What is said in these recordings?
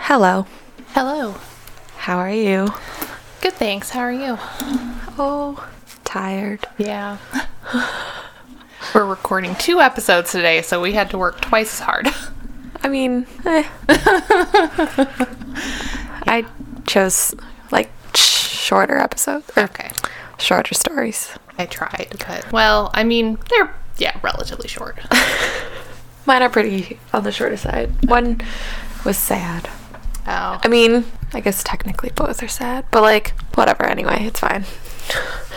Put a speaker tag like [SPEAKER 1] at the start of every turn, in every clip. [SPEAKER 1] Hello.
[SPEAKER 2] Hello.
[SPEAKER 1] How are you?
[SPEAKER 2] Good, thanks. How are you?
[SPEAKER 1] Oh, tired.
[SPEAKER 2] Yeah. We're recording two episodes today, so we had to work twice as hard.
[SPEAKER 1] I mean, eh. I chose like shorter episodes or
[SPEAKER 2] Okay.
[SPEAKER 1] shorter stories.
[SPEAKER 2] I tried, but well, I mean, they're yeah, relatively short.
[SPEAKER 1] Mine are pretty on the shorter side. One was sad.
[SPEAKER 2] Oh.
[SPEAKER 1] I mean, I guess technically both are sad, but like, whatever, anyway, it's fine.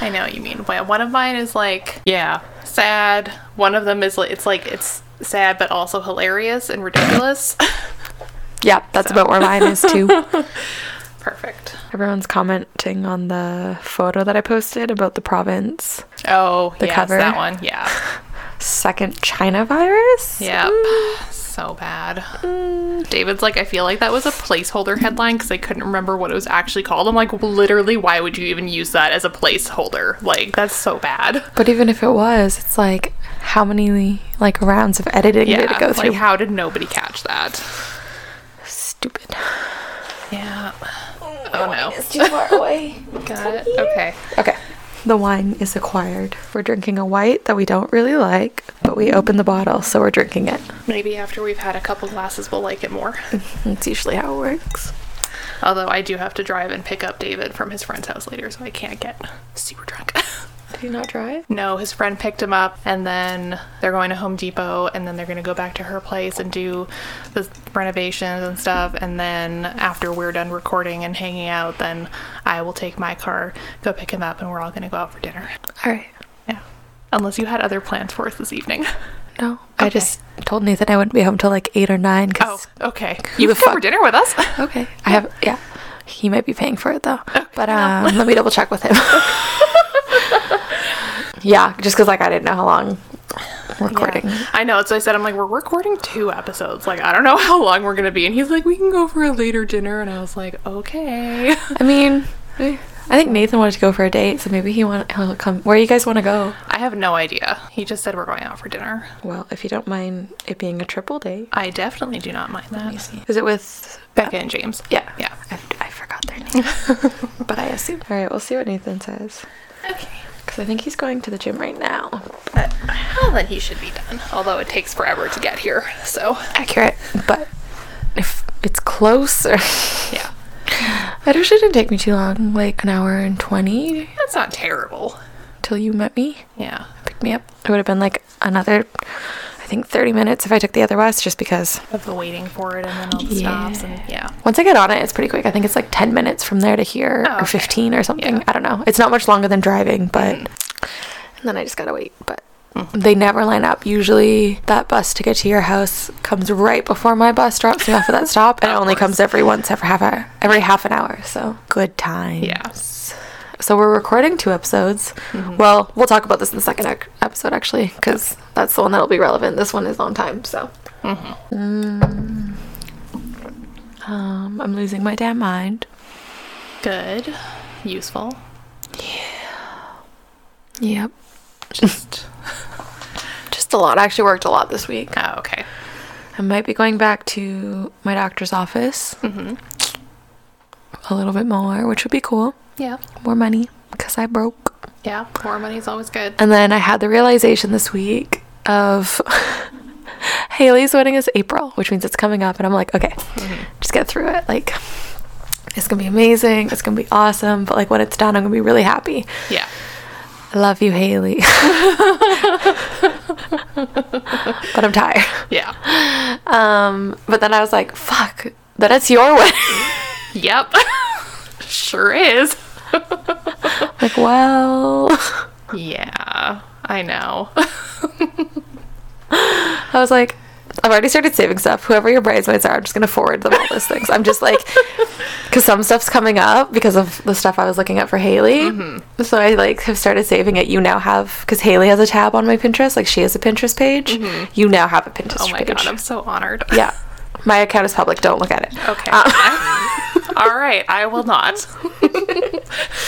[SPEAKER 2] I know what you mean. Well, one of mine is like yeah, sad. One of them is like it's like it's sad but also hilarious and ridiculous.
[SPEAKER 1] Yeah, that's about where mine is too.
[SPEAKER 2] Perfect.
[SPEAKER 1] Everyone's commenting on the photo that I posted about the province.
[SPEAKER 2] Oh,
[SPEAKER 1] The
[SPEAKER 2] yes,
[SPEAKER 1] cover.
[SPEAKER 2] that one. Yeah.
[SPEAKER 1] Second China virus?
[SPEAKER 2] Yep. So bad. David's like, I feel like that was a placeholder headline because I couldn't remember what it was actually called. I'm like, well, literally, why would you even use that as a placeholder? Like, that's so bad.
[SPEAKER 1] But even if it was, it's like how many like rounds of editing
[SPEAKER 2] Yeah.
[SPEAKER 1] did it go
[SPEAKER 2] like,
[SPEAKER 1] through?
[SPEAKER 2] how did nobody catch that?
[SPEAKER 1] Stupid.
[SPEAKER 2] Yeah. Oh,
[SPEAKER 1] It's too far away.
[SPEAKER 2] no. Got it. Okay.
[SPEAKER 1] Okay. The wine is acquired. We're drinking a white that we don't really like, but we open the bottle, so we're drinking it.
[SPEAKER 2] Maybe after we've had a couple glasses, we'll like it more.
[SPEAKER 1] That's usually how it works.
[SPEAKER 2] Although I do have to drive and pick up David from his friend's house later, so I can't get super drunk.
[SPEAKER 1] Did you not drive?
[SPEAKER 2] No, his friend picked him up, and then they're going to Home Depot, and then they're going to go back to her place and do the renovations and stuff. And then after we're done recording and hanging out, then I will take my car, go pick him up, and we're all going to go out for dinner.
[SPEAKER 1] All right.
[SPEAKER 2] Yeah. Unless you had other plans for us this evening.
[SPEAKER 1] No, I
[SPEAKER 2] Okay.
[SPEAKER 1] just told Nathan I wouldn't be home till like eight or nine.
[SPEAKER 2] Oh,
[SPEAKER 1] Cause
[SPEAKER 2] okay. You
[SPEAKER 1] the
[SPEAKER 2] can come
[SPEAKER 1] fuck-
[SPEAKER 2] for dinner with us.
[SPEAKER 1] okay, I have yeah. He might be paying for it though, but um, let me double check with him. yeah, just because like I didn't know how long recording.
[SPEAKER 2] Yeah. I know. So I said, I'm like, we're recording two episodes. Like, I don't know how long we're going to be. And he's like, we can go for a later dinner. And I was like, okay.
[SPEAKER 1] I mean, eh. I think Nathan wanted to go for a date, so maybe he want he'll come. Where you guys want to go?
[SPEAKER 2] I have no idea. He just said we're going out for dinner.
[SPEAKER 1] Well, if you don't mind it being a triple date,
[SPEAKER 2] I definitely do not mind
[SPEAKER 1] you
[SPEAKER 2] that.
[SPEAKER 1] see. Is it with?
[SPEAKER 2] Becca and James.
[SPEAKER 1] Yeah,
[SPEAKER 2] Yeah.
[SPEAKER 1] I, I forgot their name, but I assume. All right, we'll see what Nathan says
[SPEAKER 2] Okay.
[SPEAKER 1] because I think he's going to the gym right now.
[SPEAKER 2] But, well, then he should be done. Although it takes forever to get here. So,
[SPEAKER 1] Accurate, but if it's close, or
[SPEAKER 2] yeah.
[SPEAKER 1] it actually didn't take me too long, like an hour and twenty
[SPEAKER 2] That's not terrible.
[SPEAKER 1] till you met me.
[SPEAKER 2] Yeah.
[SPEAKER 1] picked me up. It would have been like another, I think, 30 minutes if I took the other bus, just because
[SPEAKER 2] Of the waiting for it and then all the stops and yeah.
[SPEAKER 1] once I get on it, it's pretty quick. I think it's like 10 minutes from there to here,
[SPEAKER 2] Oh,
[SPEAKER 1] or
[SPEAKER 2] okay.
[SPEAKER 1] 15 or something.
[SPEAKER 2] Yeah.
[SPEAKER 1] I don't know. It's not much longer than driving, but. Mm-hmm. And then I just gotta wait. But they never line up. Usually that bus to get to your house comes right before my bus drops me off at that stop, and it only comes every once every half hour, every half an hour. So good time.
[SPEAKER 2] Yeah.
[SPEAKER 1] So we're recording two episodes. Well, we'll talk about this in the second ec- episode actually, because that's the one that'll be relevant. This one is on time, so. Mm-hmm. Mm. Um, I'm losing my damn mind.
[SPEAKER 2] Good. Useful.
[SPEAKER 1] Yep.
[SPEAKER 2] Just.
[SPEAKER 1] Just a lot. I actually worked a lot this week.
[SPEAKER 2] oh, okay.
[SPEAKER 1] I might be going back to my doctor's office a little bit more, which would be cool.
[SPEAKER 2] Yeah.
[SPEAKER 1] More money, because I broke.
[SPEAKER 2] Yeah. More money's always good.
[SPEAKER 1] And then I had the realization this week of Haley's wedding is April, which means it's coming up. And I'm like, okay, just get through it. Like, it's going to be amazing. It's going to be awesome. But like, when it's done, I'm going to be really happy.
[SPEAKER 2] Yeah.
[SPEAKER 1] I love you, Haley. but I'm tired.
[SPEAKER 2] Yeah.
[SPEAKER 1] Um, but then I was like, fuck, that it's your wedding.
[SPEAKER 2] Yep. sure is.
[SPEAKER 1] like, well.
[SPEAKER 2] Yeah. I know.
[SPEAKER 1] I was like, I've already started saving stuff. Whoever your bridesmaids are, I'm just gonna forward them all those things. I'm just like, because some stuff's coming up because of the stuff I was looking at for Haley.
[SPEAKER 2] Mm-hmm.
[SPEAKER 1] So I like have started saving it. You now have because Haley has a tab on my Pinterest. Like she has a Pinterest page. You now have a Pinterest
[SPEAKER 2] Mm-hmm. Oh my
[SPEAKER 1] page.
[SPEAKER 2] god, I'm so honored.
[SPEAKER 1] yeah, my account is public. Don't look at it. Uh,
[SPEAKER 2] Okay. All right, I will not.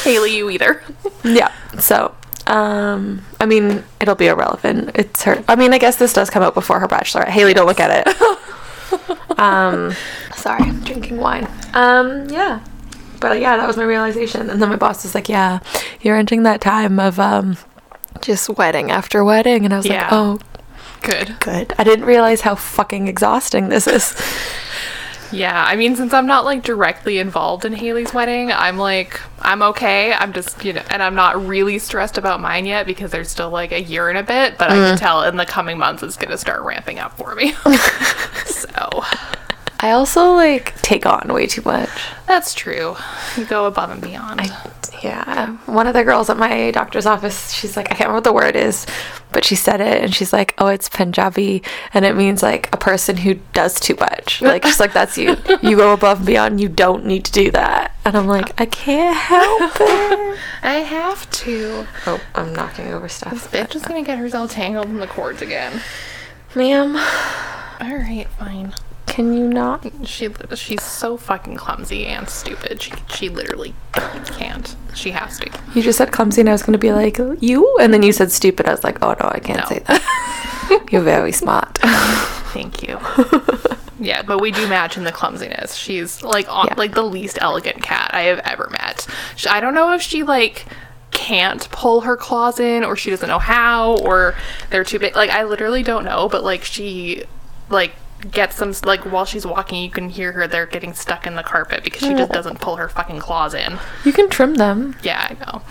[SPEAKER 2] Haley, you either.
[SPEAKER 1] Yeah. So, um, I mean, it'll be irrelevant. It's her. I mean, I guess this does come out before her bachelorette. Haley, don't look at it. um, Sorry, I'm drinking wine. Um, yeah. But yeah, that was my realization. And then my boss was like, "Yeah, you're entering that time of um, just wedding after wedding." And I was
[SPEAKER 2] Yeah.
[SPEAKER 1] like, "Oh,
[SPEAKER 2] Good.
[SPEAKER 1] good. I didn't realize how fucking exhausting this is."
[SPEAKER 2] Yeah, I mean, since I'm not like directly involved in Haley's wedding, I'm like, I'm okay. I'm just, you know, and I'm not really stressed about mine yet because there's still like a year and a bit, but I can tell in the coming months it's going to start ramping up for me. so
[SPEAKER 1] I also like take on way too much.
[SPEAKER 2] that's true. You go above and beyond.
[SPEAKER 1] Yeah. One of the girls at my doctor's office, she's like, I can't remember what the word is, but she said it and she's like, oh, it's Punjabi. And it means like a person who does too much. Like, she's like, that's you. You go above and beyond. You don't need to do that. And I'm like, I can't help it.
[SPEAKER 2] I have to.
[SPEAKER 1] oh, I'm knocking over stuff.
[SPEAKER 2] Bitch is going to get herself tangled in the cords again.
[SPEAKER 1] Ma'am,
[SPEAKER 2] All right, fine.
[SPEAKER 1] can you not?
[SPEAKER 2] She she's so fucking clumsy and stupid. She she literally can't. She has to.
[SPEAKER 1] You just said clumsy and I was going to be like, you? And then you said stupid. I was like, oh, no, I can't
[SPEAKER 2] No.
[SPEAKER 1] say that. You're very smart.
[SPEAKER 2] Thank you. yeah, but we do match in the clumsiness. She's like on,
[SPEAKER 1] Yeah.
[SPEAKER 2] like the least elegant cat I have ever met. She, I don't know if she like can't pull her claws in or she doesn't know how or they're too big. Like I literally don't know, but like she like gets some like while she's walking you can hear her they're getting stuck in the carpet because she
[SPEAKER 1] Oh.
[SPEAKER 2] just doesn't pull her fucking claws in.
[SPEAKER 1] You can trim them.
[SPEAKER 2] Yeah, I know.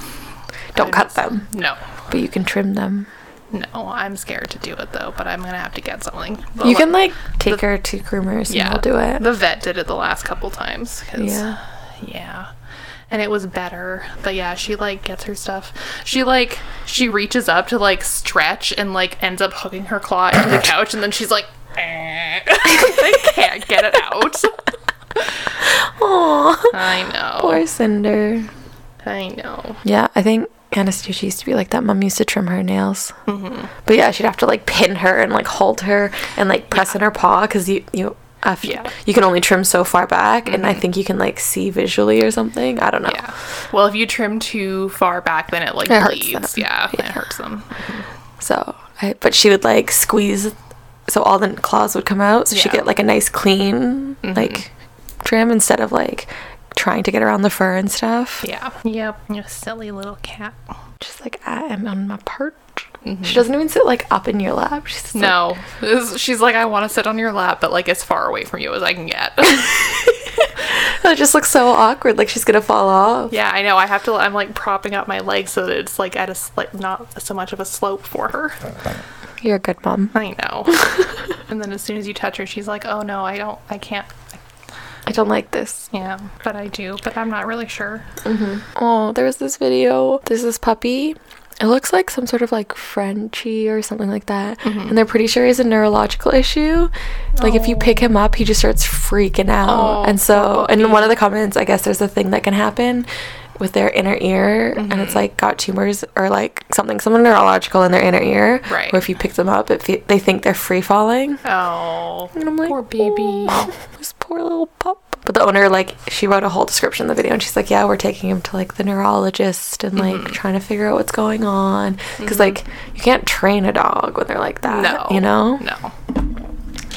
[SPEAKER 1] Don't
[SPEAKER 2] I
[SPEAKER 1] cut
[SPEAKER 2] just-
[SPEAKER 1] them,
[SPEAKER 2] No.
[SPEAKER 1] but you can trim them.
[SPEAKER 2] No, I'm scared to do it though, but I'm gonna have to get something. But,
[SPEAKER 1] You can like take her to groomers and they'll do it.
[SPEAKER 2] The vet did it the last couple times. 'cause-
[SPEAKER 1] Yeah.
[SPEAKER 2] yeah. And it was better. But yeah, she like gets her stuff. She like she reaches up to like stretch and like ends up hooking her claw into the couch and then she's like eh. I can't get it out.
[SPEAKER 1] Aww.
[SPEAKER 2] I know.
[SPEAKER 1] Poor Cinder.
[SPEAKER 2] I know.
[SPEAKER 1] Yeah, I think Anastasia used to be like that. Mom used to trim her nails.
[SPEAKER 2] Mm-hmm.
[SPEAKER 1] But yeah, she'd have to like pin her and like hold her and like press in her paw because you you after,
[SPEAKER 2] Yeah. Mm-hmm.
[SPEAKER 1] you can only trim so far back, and I think you can like see visually or something. I don't know.
[SPEAKER 2] Yeah. Well, if you trim too far back then it like
[SPEAKER 1] It hurts
[SPEAKER 2] bleeds.
[SPEAKER 1] them.
[SPEAKER 2] Yeah,
[SPEAKER 1] Yeah.
[SPEAKER 2] It hurts them.
[SPEAKER 1] So, I, but she would like squeeze, so all the claws would come out, so she'd
[SPEAKER 2] Yeah. Mm-hmm.
[SPEAKER 1] get like a nice clean like trim instead of like trying to get around the fur and stuff.
[SPEAKER 2] Yeah. Yep. You silly little cat.
[SPEAKER 1] She's like, I am on my perch. She doesn't even sit like up in your lap. She's just, like,
[SPEAKER 2] Mm-hmm. No. This- she's like, I want to sit on your lap, but like as far away from you as I can get.
[SPEAKER 1] it just looks so awkward. Like she's gonna fall off.
[SPEAKER 2] Yeah, I know. I have to. I'm like propping up my legs so that it's like at a sli- not so much of a slope for her.
[SPEAKER 1] You're a good mom.
[SPEAKER 2] I know. and then as soon as you touch her, she's like, "Oh no, I don't. I can't."
[SPEAKER 1] I don't like this.
[SPEAKER 2] Yeah, but I do. But I'm not really sure.
[SPEAKER 1] Oh, there was this video. There's this puppy. It looks like some sort of like Frenchie or something like that.
[SPEAKER 2] Mm-hmm.
[SPEAKER 1] And they're pretty sure he has a neurological issue. Like if you pick him up, he just starts freaking out.
[SPEAKER 2] Oh,
[SPEAKER 1] and so, in one of the comments, I guess there's a thing that can happen with their inner ear and
[SPEAKER 2] Mm-hmm.
[SPEAKER 1] it's like got tumors or like something something neurological in their inner ear
[SPEAKER 2] Right.
[SPEAKER 1] where if you pick them up it fe- they think they're free falling
[SPEAKER 2] Oh,
[SPEAKER 1] And I'm like,
[SPEAKER 2] poor baby.
[SPEAKER 1] "Oh, this poor little pup. But the owner, like, she wrote a whole description in the video, and she's like, yeah, we're taking him to like the neurologist and like
[SPEAKER 2] Mm-hmm.
[SPEAKER 1] trying to figure out what's going on, because like you can't train a dog when they're like that,
[SPEAKER 2] No,
[SPEAKER 1] you know.
[SPEAKER 2] No.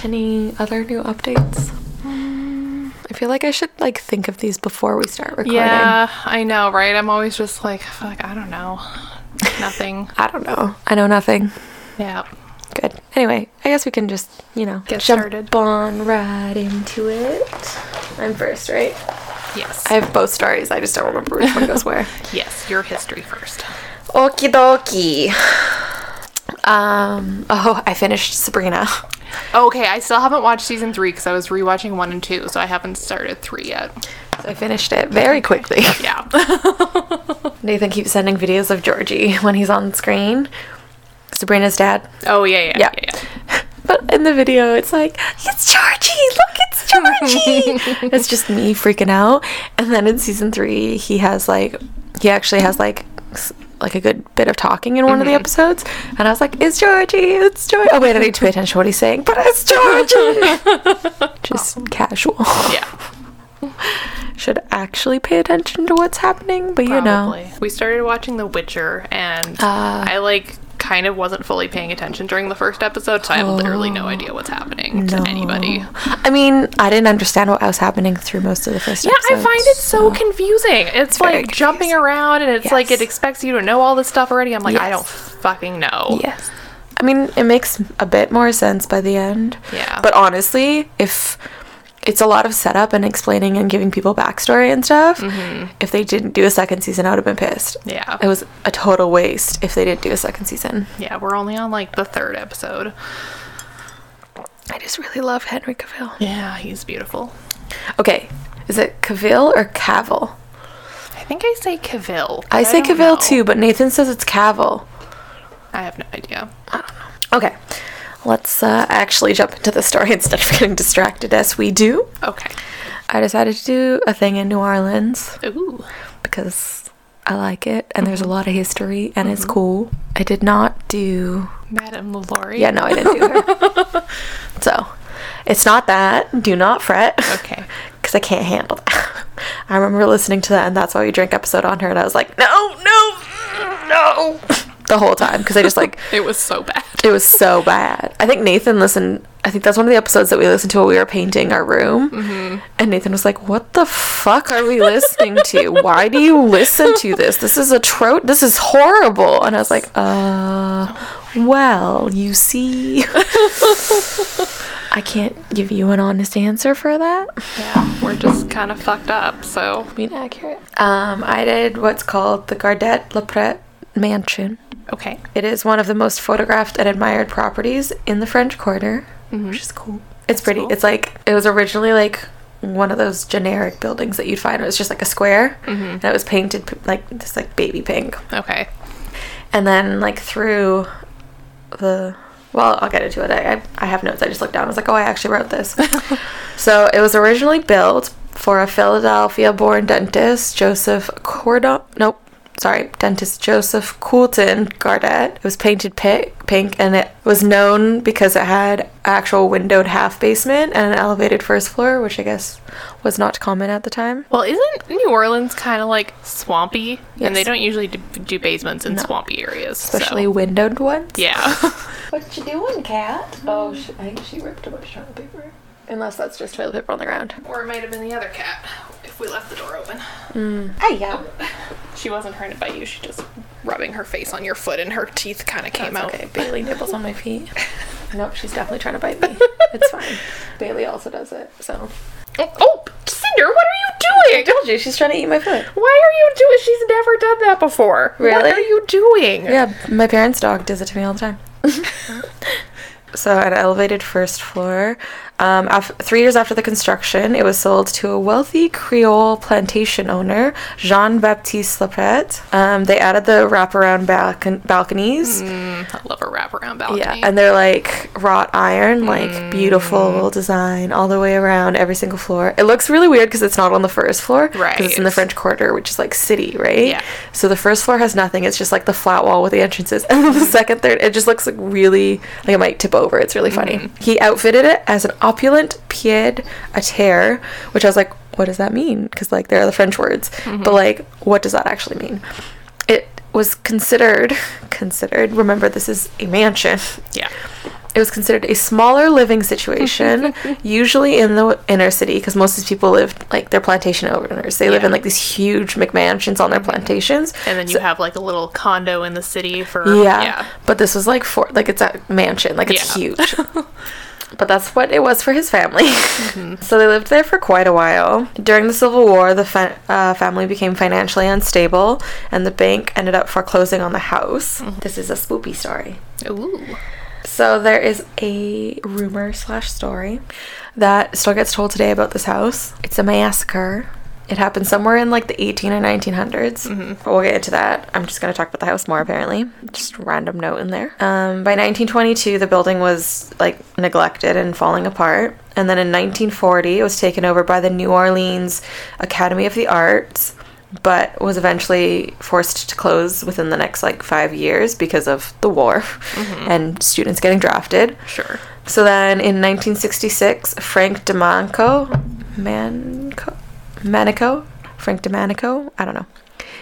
[SPEAKER 1] Any other new updates?
[SPEAKER 2] Um,
[SPEAKER 1] I feel like I should like think of these before we start recording.
[SPEAKER 2] Yeah, I know, right? I'm always just like, fuck, I don't know, nothing.
[SPEAKER 1] I don't know. I know nothing.
[SPEAKER 2] Yeah.
[SPEAKER 1] Good. Anyway, I guess we can just, you know,
[SPEAKER 2] Get
[SPEAKER 1] jump
[SPEAKER 2] started.
[SPEAKER 1] on right into it. I'm first, right?
[SPEAKER 2] Yes.
[SPEAKER 1] I have both stories. I just don't remember which one goes where.
[SPEAKER 2] yes. Your history first.
[SPEAKER 1] Okie dokie. Um, oh, I finished Sabrina.
[SPEAKER 2] Okay, I still haven't watched season three because I was rewatching one and two, so I haven't started three yet.
[SPEAKER 1] So I finished it very quickly.
[SPEAKER 2] Yeah.
[SPEAKER 1] Nathan keeps sending videos of Georgie when he's on screen. Sabrina's dad.
[SPEAKER 2] Oh yeah, yeah,
[SPEAKER 1] Yeah.
[SPEAKER 2] yeah. yeah,
[SPEAKER 1] But in the video, it's like, it's Georgie! Look, it's Georgie! it's just me freaking out. And then in season three, he has like, he actually has like, s- like a good bit of talking in one of the
[SPEAKER 2] Mm-hmm.
[SPEAKER 1] episodes. And I was like, it's Georgie! It's Georgie! Oh, wait, I need to pay attention to what he's saying, but it's Georgie! just casual.
[SPEAKER 2] yeah.
[SPEAKER 1] should actually pay attention to what's happening, but you know.
[SPEAKER 2] Probably. we started watching The Witcher, and
[SPEAKER 1] Ah.
[SPEAKER 2] I like kind of wasn't fully paying attention during the first episode, so I have literally
[SPEAKER 1] Oh.
[SPEAKER 2] no idea what's happening to anybody.
[SPEAKER 1] I mean, I didn't understand what was happening through most of the first
[SPEAKER 2] Yeah, I find it so confusing. It's, like
[SPEAKER 1] very
[SPEAKER 2] jumping
[SPEAKER 1] confusing.
[SPEAKER 2] around and it's like
[SPEAKER 1] Yes.
[SPEAKER 2] it expects you to know all this stuff already. I'm like, I
[SPEAKER 1] Yes.
[SPEAKER 2] don't fucking know.
[SPEAKER 1] Yes. I mean, it makes a bit more sense by the end.
[SPEAKER 2] Yeah.
[SPEAKER 1] But honestly, if it's a lot of setup and explaining and giving people backstory and stuff, if they didn't do a second season, I would have been pissed.
[SPEAKER 2] Yeah.
[SPEAKER 1] It was a total waste if they didn't do a second season.
[SPEAKER 2] Yeah, we're only on like the third episode.
[SPEAKER 1] I just really love Henry Cavill.
[SPEAKER 2] Yeah, Ah, he's beautiful.
[SPEAKER 1] Okay. Is it Cavill or Cavill?
[SPEAKER 2] I think I say Cavill. but
[SPEAKER 1] I say
[SPEAKER 2] don't
[SPEAKER 1] Cavill
[SPEAKER 2] know.
[SPEAKER 1] too, but Nathan says it's Cavill.
[SPEAKER 2] I have no idea.
[SPEAKER 1] Okay. Let's uh, actually jump into the story instead of getting distracted as we do.
[SPEAKER 2] Okay.
[SPEAKER 1] I decided to do a thing in New Orleans.
[SPEAKER 2] Ooh.
[SPEAKER 1] because I like it and there's a lot of history and it's cool. I did not do
[SPEAKER 2] Madame LaLaurie.
[SPEAKER 1] Yeah, no, I didn't do her. so, it's not that. Do not fret.
[SPEAKER 2] Okay.
[SPEAKER 1] Cuz I can't handle that. I remember listening to that and that's why we drink episode on her and I was like, "No, no, mm, no." The whole time cuz I just like
[SPEAKER 2] It was so bad.
[SPEAKER 1] it was so bad. I think Nathan listened. I think that's one of the episodes that we listened to while we were painting our room. And Nathan was like, "What the fuck are we listening to? Why do you listen to this? This is a tro. This is horrible." And I was like, "Uh, well, you see, I can't give you an honest answer for that."
[SPEAKER 2] Yeah, we're just kind of fucked up. So
[SPEAKER 1] Being accurate. Um, I did what's called the Gardette Lepret Mansion.
[SPEAKER 2] okay.
[SPEAKER 1] It is one of the most photographed and admired properties in the French Quarter,
[SPEAKER 2] Mm-hmm.
[SPEAKER 1] which is cool. Mm-hmm. It's pretty.
[SPEAKER 2] cool.
[SPEAKER 1] It's like it was originally like one of those generic buildings that you'd find. It was just like a square, and it was painted p- like this like baby pink.
[SPEAKER 2] Okay.
[SPEAKER 1] And then like through the well, I'll get into it. I I- I have notes. I just looked down. I was like, oh, I actually wrote this. so it was originally built for a Philadelphia-born dentist, Joseph Cordon. Nope. Sorry, dentist Joseph Coulton Gardette. It was painted pi- pink and it was known because it had actual windowed half basement and an elevated first floor, which I guess was not common at the time.
[SPEAKER 2] Well, isn't New Orleans kind of like swampy?
[SPEAKER 1] Yes.
[SPEAKER 2] And they don't usually do, do basements in swampy areas. so-
[SPEAKER 1] Especially windowed ones.
[SPEAKER 2] Yeah.
[SPEAKER 1] What you doing, cat? Oh, she, I think she ripped a bunch of toilet paper. Unless that's just toilet paper on the ground.
[SPEAKER 2] or it might have been the other cat if we left the door open.
[SPEAKER 1] Hey, yeah.
[SPEAKER 2] She wasn't trying to bite you. She just rubbing her face on your foot, and her teeth kind of came out.
[SPEAKER 1] Okay, Bailey nibbles on my feet. Nope, she's definitely trying to bite me. It's fine. Bailey also does it, so.
[SPEAKER 2] Oh, Cinder, what are you doing?
[SPEAKER 1] told you, she's trying to eat my foot.
[SPEAKER 2] Why are you doing? She's never done that before. What
[SPEAKER 1] Really?
[SPEAKER 2] are you doing?
[SPEAKER 1] Yeah, my parents' dog does it to me all the time. so, an elevated first floor. Um, af three years after the construction, it was sold to a wealthy Creole plantation owner, Jean Baptiste Lepret. Um, they added the wraparound balcon- balconies.
[SPEAKER 2] I love a wraparound balcony.
[SPEAKER 1] Yeah, and they're like wrought iron, like beautiful design all the way around every single floor. It looks really weird because it's not on the first floor, Because it's in the
[SPEAKER 2] Right.
[SPEAKER 1] French Quarter, which is like city, right?
[SPEAKER 2] Yeah.
[SPEAKER 1] So the first floor has nothing. It's just like the flat wall with the entrances, and then the second, third, it just looks like really like it might tip over. It's really funny. He outfitted it as an opulent pied a terre, which I was like, what does that mean? Because like there are the French words, but like what does that actually mean? It was considered considered. Remember, this is a mansion.
[SPEAKER 2] yeah.
[SPEAKER 1] It was considered a smaller living situation, usually in the inner city, because most of these people live like they're plantation owners. They live
[SPEAKER 2] Yeah. Mm-hmm.
[SPEAKER 1] in like these huge McMansions on their plantations.
[SPEAKER 2] And then you have like a little condo in the city for
[SPEAKER 1] Yeah. But this was like for like it's a mansion, like it's
[SPEAKER 2] Yeah.
[SPEAKER 1] huge. but that's what it was for his family.
[SPEAKER 2] Mm-hmm.
[SPEAKER 1] so they lived there for quite a while. During the Civil War, the fa- uh, family became financially unstable, and the bank ended up foreclosing on the house.
[SPEAKER 2] Mm-hmm.
[SPEAKER 1] This is a spoopy story.
[SPEAKER 2] yeah. Ooh.
[SPEAKER 1] So there is a rumor slash story that still gets told today about this house. It's a massacre. It happened somewhere in like the 18 or 1900s. But we'll get into that. I'm just going to talk about the house more apparently. Just a random note in there. Um, by 1922, the building was like neglected and falling apart. And then in 1940, it was taken over by the New Orleans Academy of the Arts but was eventually forced to close within the next like five years because of the war and students getting drafted.
[SPEAKER 2] Sure.
[SPEAKER 1] So then in 1966, Frank DeManco, Manco, Manico, Frank DeManico, I don't know,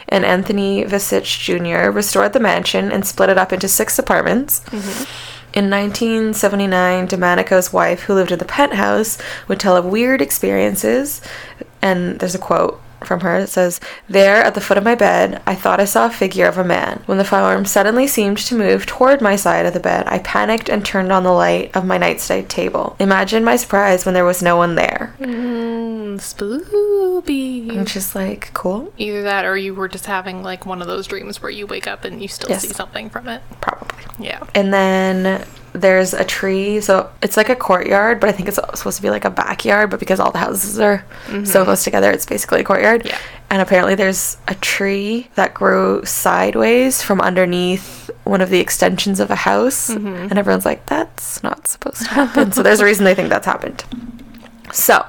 [SPEAKER 1] and Anthony Visich Jr. restored the mansion and split it up into six apartments. In 1979, Domenico's wife, who lived in the penthouse, would tell of weird experiences. And there's a quote from her that says, There, at the foot of my bed, I thought I saw a figure of a man. When the form suddenly seemed to move toward my side of the bed, I panicked and turned on the light of my nightstand table. Imagine my surprise when there was no one there.
[SPEAKER 2] Mm, spooky.
[SPEAKER 1] Which is like, cool.
[SPEAKER 2] Either that or you were just having like one of those dreams where you wake up and you still
[SPEAKER 1] Yes.
[SPEAKER 2] see something from it.
[SPEAKER 1] Probably.
[SPEAKER 2] Yeah.
[SPEAKER 1] And then there's a tree. So it's like a courtyard, but I think it's supposed to be like a backyard. But because all the houses are so close together, it's basically a courtyard.
[SPEAKER 2] Yeah.
[SPEAKER 1] And apparently there's a tree that grew sideways from underneath one of the extensions of a house. And everyone's like, that's not supposed to happen. so there's a reason they think that's happened. So,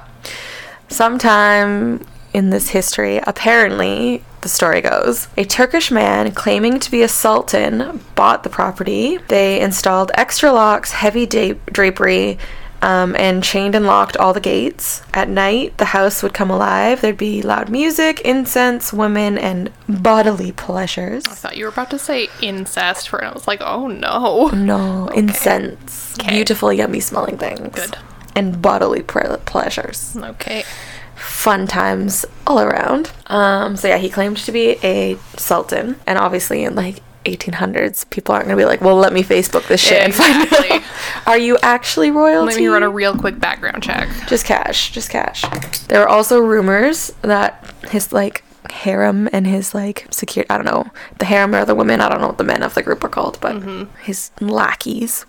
[SPEAKER 1] sometime in this history, apparently, the story goes a Turkish man claiming to be a sultan bought the property. They installed extra locks, heavy da- drapery. Um, and chained and locked all the gates. At night, the house would come alive. There'd be loud music, incense, women, and bodily pleasures.
[SPEAKER 2] I thought you were about to say incest for and I was like, oh no.
[SPEAKER 1] No, incense.
[SPEAKER 2] Okay.
[SPEAKER 1] Beautiful, yummy smelling things.
[SPEAKER 2] Good.
[SPEAKER 1] And bodily ple- pleasures.
[SPEAKER 2] Okay.
[SPEAKER 1] fun times all around. Um, so yeah, he claimed to be a sultan, and obviously in like 1800s, people aren't gonna be like, "Well, let me Facebook this shit and find out."
[SPEAKER 2] Exactly.
[SPEAKER 1] Are you actually royalty?
[SPEAKER 2] Let me run a real quick background check.
[SPEAKER 1] just cash, just cash. There were also rumors that his like harem and his like secure I don't know the harem are the women I don't know what the men of the group are called but his lackeys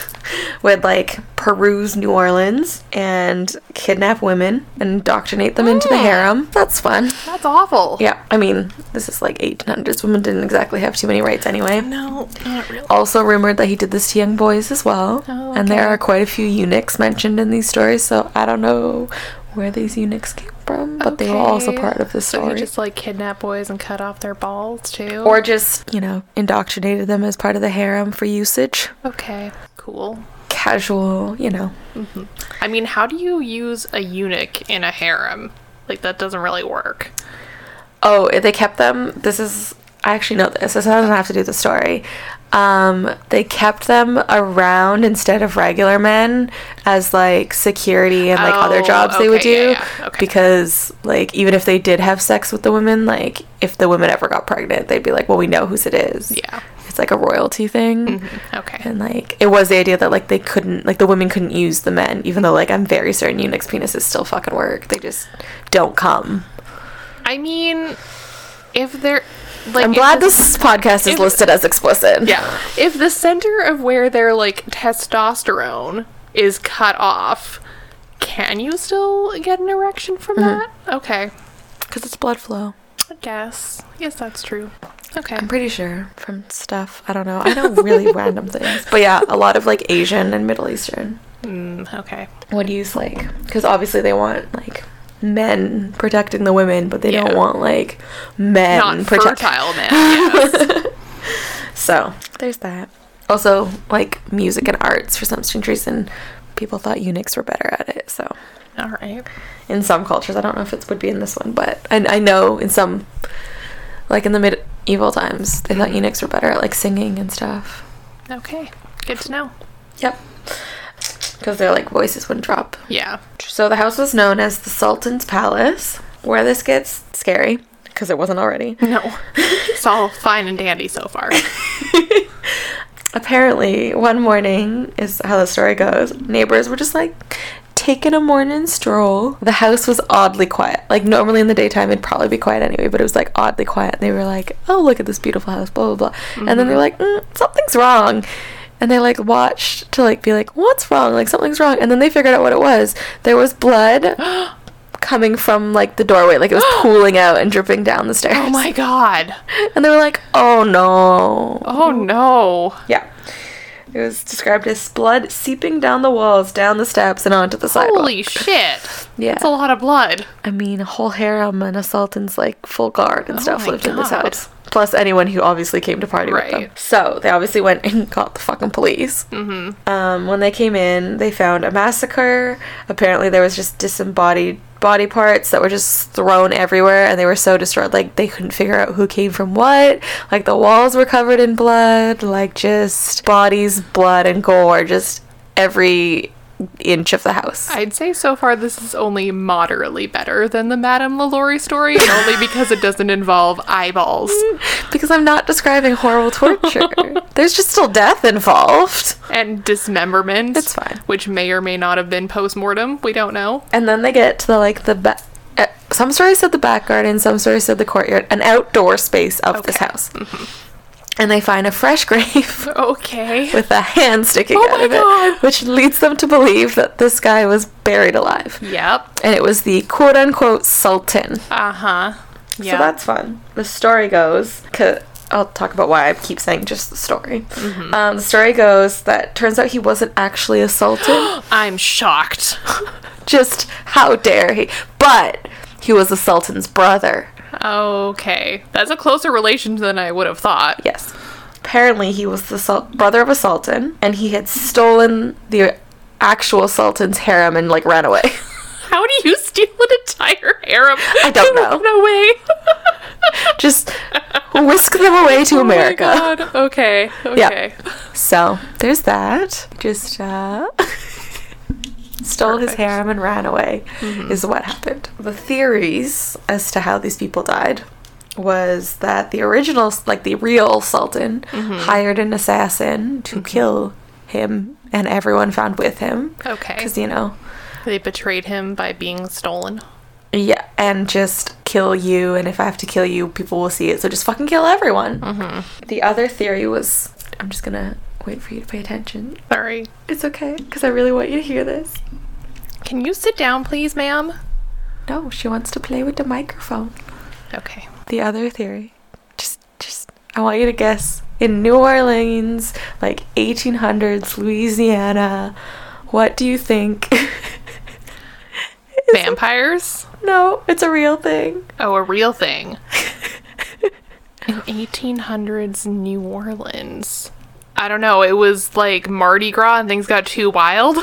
[SPEAKER 1] would like peruse New Orleans and kidnap women and indoctrinate them into the
[SPEAKER 2] Mm.
[SPEAKER 1] harem that's fun
[SPEAKER 2] That's awful.
[SPEAKER 1] yeah, I mean, this is like 1800s. Women didn't exactly have too many rights anyway.
[SPEAKER 2] No, not really.
[SPEAKER 1] Also rumored that he did this to young boys as well.
[SPEAKER 2] Oh,
[SPEAKER 1] And there
[SPEAKER 2] okay.
[SPEAKER 1] are quite a few eunuchs mentioned in these stories, so I don't know where these eunuchs came from, but they were also
[SPEAKER 2] Okay.
[SPEAKER 1] part of the
[SPEAKER 2] So
[SPEAKER 1] story.
[SPEAKER 2] you just like kidnap boys and cut off their balls too.
[SPEAKER 1] or just, you know, indoctrinated them as part of the harem for usage.
[SPEAKER 2] okay, cool.
[SPEAKER 1] Casual, you know.
[SPEAKER 2] I mean, how do you use a eunuch in a harem? Like that doesn't really work.
[SPEAKER 1] Oh, they kept them. This is I actually know this. This doesn't have to do with the story. Um, they kept them around instead of regular men as like security and like other
[SPEAKER 2] Oh,
[SPEAKER 1] jobs they would do
[SPEAKER 2] okay, yeah, yeah, okay.
[SPEAKER 1] because like even if they did have sex with the women, like if the women ever got pregnant, they'd be like, "Well, we know whose it is."
[SPEAKER 2] Yeah. Mm-hmm.
[SPEAKER 1] it's like a royalty thing.
[SPEAKER 2] Okay.
[SPEAKER 1] And like it was the idea that like they couldn't like the women couldn't use the men, even though like I'm very certain eunuchs' penises still fucking work. They just don't come.
[SPEAKER 2] I mean, if they're like,
[SPEAKER 1] I'm
[SPEAKER 2] if
[SPEAKER 1] glad
[SPEAKER 2] the-
[SPEAKER 1] this podcast is
[SPEAKER 2] if-
[SPEAKER 1] listed as explicit.
[SPEAKER 2] Yeah. If the center of where their like testosterone is cut off, can you still get an erection from that?
[SPEAKER 1] Mm-hmm.
[SPEAKER 2] Okay.
[SPEAKER 1] Because it's blood flow.
[SPEAKER 2] I guess. Yes, that's true. Okay.
[SPEAKER 1] I'm pretty sure from stuff. I don't know. I know really random things. But yeah, a lot of like Asian and Middle Eastern
[SPEAKER 2] Mm, okay.
[SPEAKER 1] would use like, because obviously they want like men protecting the women, but they
[SPEAKER 2] Yeah.
[SPEAKER 1] don't want like men
[SPEAKER 2] Not
[SPEAKER 1] protect-
[SPEAKER 2] fertile man. Yes.
[SPEAKER 1] So there's that. Also, like music and arts for some strange reason, people thought eunuchs were better at it. So
[SPEAKER 2] All right.
[SPEAKER 1] in some cultures. I don't know if it would be in this one, but I, I know in some, like in the medieval times, they thought eunuchs were better at like singing and stuff.
[SPEAKER 2] Okay. Good to know.
[SPEAKER 1] Yep. Because their like voices wouldn't drop.
[SPEAKER 2] Yeah.
[SPEAKER 1] So the house was known as the Sultan's Palace. Where this gets scary, because it wasn't already.
[SPEAKER 2] No. It's all fine and dandy so far.
[SPEAKER 1] Apparently, one morning is how the story goes. Neighbors were just like taking a morning stroll. The house was oddly quiet. Like normally in the daytime it'd probably be quiet anyway, but it was like oddly quiet. And they were like, "Oh, look at this beautiful house," blah blah blah. And then they were like, mm, "Something's wrong." And they like watched to like be like, "What's wrong?" Like something's wrong. And then they figured out what it was. There was blood
[SPEAKER 2] Oh
[SPEAKER 1] coming from like the doorway, like it was pooling out and dripping down the stairs.
[SPEAKER 2] Oh my god.
[SPEAKER 1] And they were like, "Oh no."
[SPEAKER 2] Oh no.
[SPEAKER 1] Yeah. It was described as blood seeping down the walls, down the steps, and onto the sidewalk.
[SPEAKER 2] Holy shit.
[SPEAKER 1] Yeah.
[SPEAKER 2] That's a lot of blood.
[SPEAKER 1] I mean, a whole harem and a sultan's like full guard and
[SPEAKER 2] Oh
[SPEAKER 1] stuff
[SPEAKER 2] my
[SPEAKER 1] lived in this
[SPEAKER 2] God.
[SPEAKER 1] house. Plus anyone who obviously came to party with them.
[SPEAKER 2] Right.
[SPEAKER 1] So they obviously went and got the fucking police. Mm-hmm. Um, when they came in, they found a massacre. Apparently, there was just disembodied body parts that were just thrown everywhere and they were so destroyed like they couldn't figure out who came from what like the walls were covered in blood like just bodies blood and gore just every inch of the house
[SPEAKER 2] I'd say so far this is only moderately better than the Madame LaLaurie story, and only because it doesn't involve eyeballs.
[SPEAKER 1] because i'm not describing horrible torture there's just still death involved
[SPEAKER 2] and dismemberment.
[SPEAKER 1] It's fine.
[SPEAKER 2] Which may or may not have been postmortem. We don't know.
[SPEAKER 1] and then they get to the like the back uh, some stories said the back garden some stories said the courtyard an outdoor space of this
[SPEAKER 2] Okay. Mm-hmm.
[SPEAKER 1] house and they find a fresh grave
[SPEAKER 2] Okay.
[SPEAKER 1] with a hand sticking
[SPEAKER 2] Oh
[SPEAKER 1] out
[SPEAKER 2] my
[SPEAKER 1] of
[SPEAKER 2] God.
[SPEAKER 1] it, which leads them to believe that this guy was buried alive.
[SPEAKER 2] Yep.
[SPEAKER 1] And it was the quote unquote Sultan.
[SPEAKER 2] Uh huh. Yeah.
[SPEAKER 1] So that's fun. The story goes, i I'll talk about why I keep saying just the story.
[SPEAKER 2] Mm-hmm.
[SPEAKER 1] Um, the story goes that turns out he wasn't actually a Sultan.
[SPEAKER 2] I'm shocked.
[SPEAKER 1] just how dare he? But he was the Sultan's brother.
[SPEAKER 2] okay. That's a closer relation than I would have thought.
[SPEAKER 1] Yes. Apparently, he was the sul- brother of a Sultan, and he had stolen the actual Sultan's harem and like ran away.
[SPEAKER 2] How do you steal an entire harem?
[SPEAKER 1] I don't
[SPEAKER 2] and
[SPEAKER 1] know.
[SPEAKER 2] run away?
[SPEAKER 1] just whisk them away to
[SPEAKER 2] Oh my
[SPEAKER 1] America.
[SPEAKER 2] God. Okay.
[SPEAKER 1] Yeah.
[SPEAKER 2] Okay.
[SPEAKER 1] So there's that. Just uh, stole his
[SPEAKER 2] Perfect.
[SPEAKER 1] harem and ran away, is what happened. Mm-hmm. The theories as to how these people died was that the original, like the real Sultan, hired an assassin to kill him and everyone found with him.
[SPEAKER 2] Okay.
[SPEAKER 1] Because, you know,
[SPEAKER 2] They betrayed him by being stolen.
[SPEAKER 1] yeah, and just kill you. And if I have to kill you, people will see it. So just fucking kill everyone. The other theory was I'm just gonna wait for you to pay attention.
[SPEAKER 2] Sorry.
[SPEAKER 1] It's okay, because I really want you to hear this.
[SPEAKER 2] Can you sit down, please, ma'am?
[SPEAKER 1] No, she wants to play with the microphone.
[SPEAKER 2] Okay.
[SPEAKER 1] The other theory, just, just, I want you to guess. In New Orleans, like 1800s, Louisiana, what do you think?
[SPEAKER 2] Vampires?
[SPEAKER 1] no, it's a real thing.
[SPEAKER 2] Oh, a real thing. In 1800s New Orleans. I don't know. It was like Mardi Gras and things got too wild.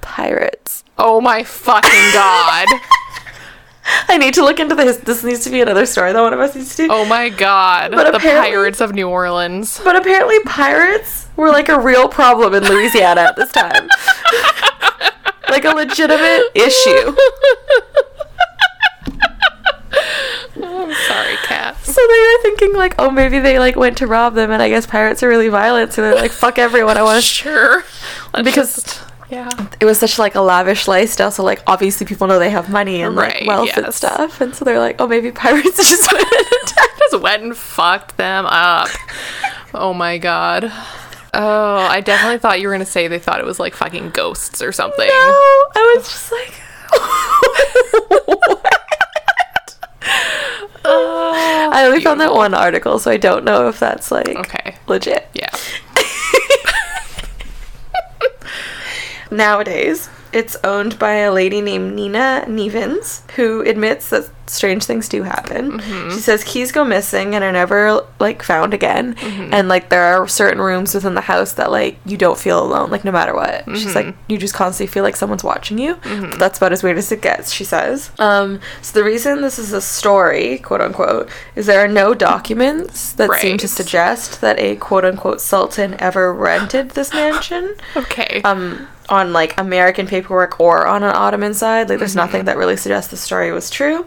[SPEAKER 1] Pirates.
[SPEAKER 2] Oh my fucking god.
[SPEAKER 1] I need to look into this. This needs to be another story that one of us needs to do.
[SPEAKER 2] oh my god.
[SPEAKER 1] But
[SPEAKER 2] the
[SPEAKER 1] apparently-
[SPEAKER 2] pirates of New Orleans.
[SPEAKER 1] But apparently, pirates were like a real problem in Louisiana at this time. like a legitimate issue.
[SPEAKER 2] Sorry, cats.
[SPEAKER 1] So they were thinking, like, oh, maybe they like went to rob them, and I guess pirates are really violent, so they're like, fuck everyone. I want to.
[SPEAKER 2] Sure. Let's
[SPEAKER 1] Because-
[SPEAKER 2] just- yeah.
[SPEAKER 1] It was such like a lavish lifestyle, so like obviously people know they have money and like
[SPEAKER 2] Right,
[SPEAKER 1] wealth and
[SPEAKER 2] yes.
[SPEAKER 1] stuff, and so they're like, oh, maybe pirates just went and attacked.
[SPEAKER 2] Just went and fucked them up. oh my god. Oh, I definitely thought you were gonna say they thought it was like fucking ghosts or something.
[SPEAKER 1] No, I was just like. I only found that one article, so I don't know if that's like
[SPEAKER 2] Oh, Okay.
[SPEAKER 1] legit.
[SPEAKER 2] Yeah.
[SPEAKER 1] Nowadays, it's owned by a lady named Nina Nevins, who admits that strange things do happen. She says keys go missing and are never like found again, and like there are certain rooms within the house that like you don't feel alone, like no matter what. She's like you just constantly feel like someone's watching you. But that's about as weird as it gets, she says. Um, so the reason this is a story, quote unquote, is there are no documents that seem to
[SPEAKER 2] Right.
[SPEAKER 1] suggest that a quote unquote sultan ever rented this mansion
[SPEAKER 2] Okay.
[SPEAKER 1] um, on like American paperwork or on an Ottoman side. Like, there's nothing that really suggests the story was true.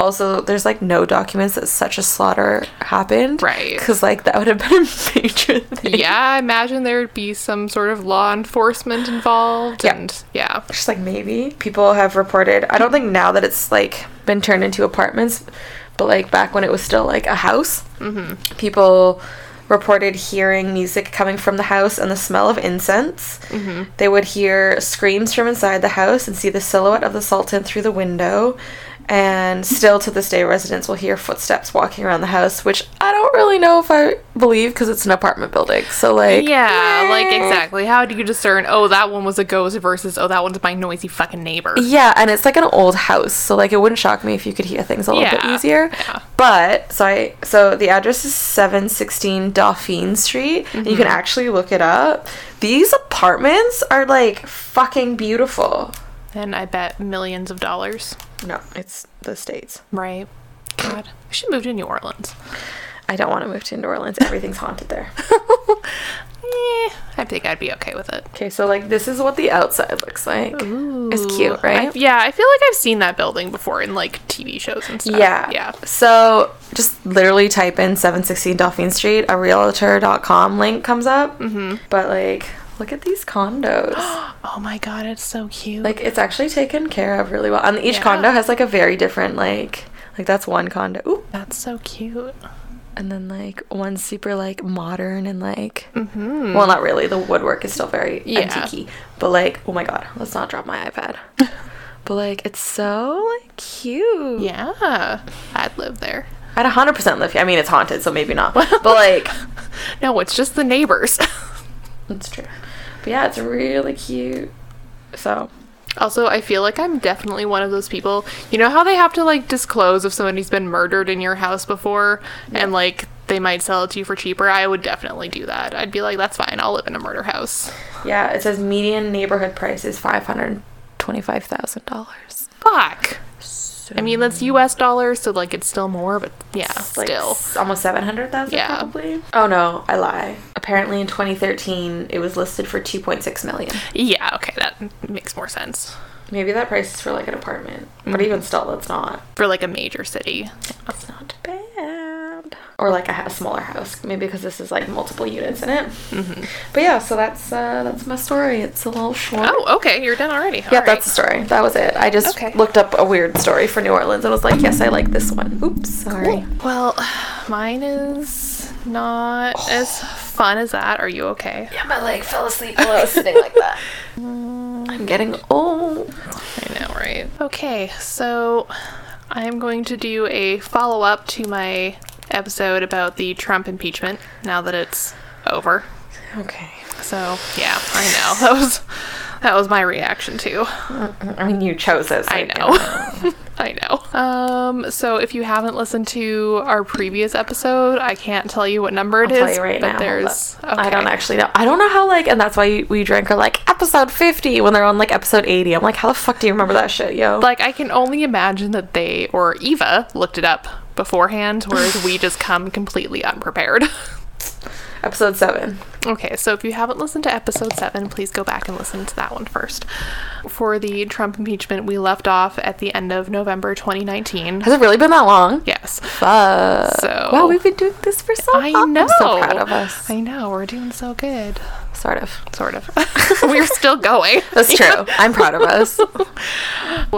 [SPEAKER 1] Also, there's like no documents that such a slaughter happened.
[SPEAKER 2] Right.
[SPEAKER 1] Because like that would have been a major thing.
[SPEAKER 2] yeah, I imagine there'd be some sort of law enforcement involved
[SPEAKER 1] Yeah.
[SPEAKER 2] and yeah.
[SPEAKER 1] Just like maybe people have reported. I don't think now that it's like been turned into apartments, but like back when it was still like a house,
[SPEAKER 2] Mm-hmm.
[SPEAKER 1] people reported hearing music coming from the house and the smell of incense.
[SPEAKER 2] Mm-hmm.
[SPEAKER 1] They would hear screams from inside the house and see the silhouette of the Sultan through the window. And still to this day, residents will hear footsteps walking around the house, which I don't really know if I believe because it's an apartment building. So, like,
[SPEAKER 2] Yeah, like
[SPEAKER 1] eh.
[SPEAKER 2] exactly. How do you discern, oh, that one was a ghost versus, oh, that one's my noisy fucking neighbor?
[SPEAKER 1] Yeah, and it's like an old house, so like it wouldn't shock me if you could hear things a little bit
[SPEAKER 2] Yeah,
[SPEAKER 1] easier.
[SPEAKER 2] yeah.
[SPEAKER 1] But so I so the address is seven sixteen Dauphine Street. and you can
[SPEAKER 2] Mm-hmm.
[SPEAKER 1] actually look it up. These apartments are like fucking beautiful.
[SPEAKER 2] And I bet millions of dollars.
[SPEAKER 1] No, it's the States.
[SPEAKER 2] Right. God. We should move to New Orleans.
[SPEAKER 1] I don't want to move to New Orleans. Everything's haunted there.
[SPEAKER 2] Eh, I think I'd be okay with it.
[SPEAKER 1] Okay, so like this is what the outside looks like. It's cute,
[SPEAKER 2] Ooh,
[SPEAKER 1] right?
[SPEAKER 2] I- yeah, I feel like I've seen that building before in like TV shows and stuff.
[SPEAKER 1] Yeah.
[SPEAKER 2] Yeah.
[SPEAKER 1] So just literally type in 716 Dolphin Street, a realtor.com link comes up. Mm-hmm. But like, look at these condos.
[SPEAKER 2] Oh my god, it's so cute.
[SPEAKER 1] like, it's actually taken care of really well. And each
[SPEAKER 2] Yeah.
[SPEAKER 1] condo has like a very different, like, like that's one condo. Ooh.
[SPEAKER 2] That's so cute.
[SPEAKER 1] And then like one super like modern and like, well, not really. The woodwork is still very
[SPEAKER 2] Mm-hmm. Yeah.
[SPEAKER 1] antique But like, oh my God, let's not drop my iPad. but like, it's so like cute.
[SPEAKER 2] Yeah. I'd live there.
[SPEAKER 1] I'd 100% live here. I mean, it's haunted, so maybe not. But like,
[SPEAKER 2] No, it's just the neighbors.
[SPEAKER 1] That's true. But yeah, it's really cute. So
[SPEAKER 2] also, I feel like I'm definitely one of those people. You know how they have to like disclose if somebody's been murdered in your house before and like they might sell it to you for cheaper? I would definitely do that. I'd be like, that's fine. I'll live in a murder house.
[SPEAKER 1] yeah, it says median neighborhood price is five hundred twenty-five thousand dollars.
[SPEAKER 2] Fuck. I mean,
[SPEAKER 1] Mm.
[SPEAKER 2] that's US dollars, so like it's still more, but yeah, still.
[SPEAKER 1] almost seven hundred thousand.
[SPEAKER 2] Yeah.
[SPEAKER 1] probably. Oh no, I lie. Apparently, in twenty thirteen, it was listed for two point six million.
[SPEAKER 2] Yeah, okay, that makes more sense.
[SPEAKER 1] Maybe that price is for like an apartment,
[SPEAKER 2] Mm.
[SPEAKER 1] but even still, that's not.
[SPEAKER 2] For like a major city.
[SPEAKER 1] That's not bad. Or like I had a smaller house, maybe because this is like multiple units in it.
[SPEAKER 2] Mm-hmm.
[SPEAKER 1] But yeah, so that's uh, that's my story. It's a little short.
[SPEAKER 2] Oh, okay, you're done already.
[SPEAKER 1] Yeah,
[SPEAKER 2] All right.
[SPEAKER 1] that's the story. That was it. I just
[SPEAKER 2] Okay.
[SPEAKER 1] looked up a weird story for New Orleans and was like, yes, I like this one. Oops, sorry.
[SPEAKER 2] Well, mine is not as fun as that. Are you okay?
[SPEAKER 1] Yeah, my leg fell asleep while I was sitting like that. I'm getting old.
[SPEAKER 2] I know, right? Okay, so I'm going to do a follow up to my episode about the Trump impeachment now that it's over.
[SPEAKER 1] Okay.
[SPEAKER 2] So, yeah, I know. That was that was my reaction too.
[SPEAKER 1] I mean, you chose this.
[SPEAKER 2] I know. I know. Um, so if you haven't listened to our previous episode, I can't tell you what number it
[SPEAKER 1] I'll
[SPEAKER 2] is.
[SPEAKER 1] tell you right
[SPEAKER 2] but
[SPEAKER 1] now.
[SPEAKER 2] there's
[SPEAKER 1] Hold up. I don't actually know. I don't know how, like, and that's why we drank are like episode 50 when they're on like episode 80. I'm like, how the fuck do you remember that shit, yo?
[SPEAKER 2] Like I can only imagine that they or Eva looked it up beforehand, whereas we just come completely unprepared.
[SPEAKER 1] episode 7.
[SPEAKER 2] Okay, so if you haven't listened to episode seven, please go back and listen to that one first. For the Trump impeachment, we left off at the end of November 2019.
[SPEAKER 1] Has it really been that long?
[SPEAKER 2] Yes.
[SPEAKER 1] Fuck.
[SPEAKER 2] So-
[SPEAKER 1] Wow, we've been doing this for so
[SPEAKER 2] I
[SPEAKER 1] long.
[SPEAKER 2] know.
[SPEAKER 1] I'm so proud of us.
[SPEAKER 2] I know. We're doing so good.
[SPEAKER 1] Sort of.
[SPEAKER 2] Sort of. we're still going.
[SPEAKER 1] That's true. I'm proud of us.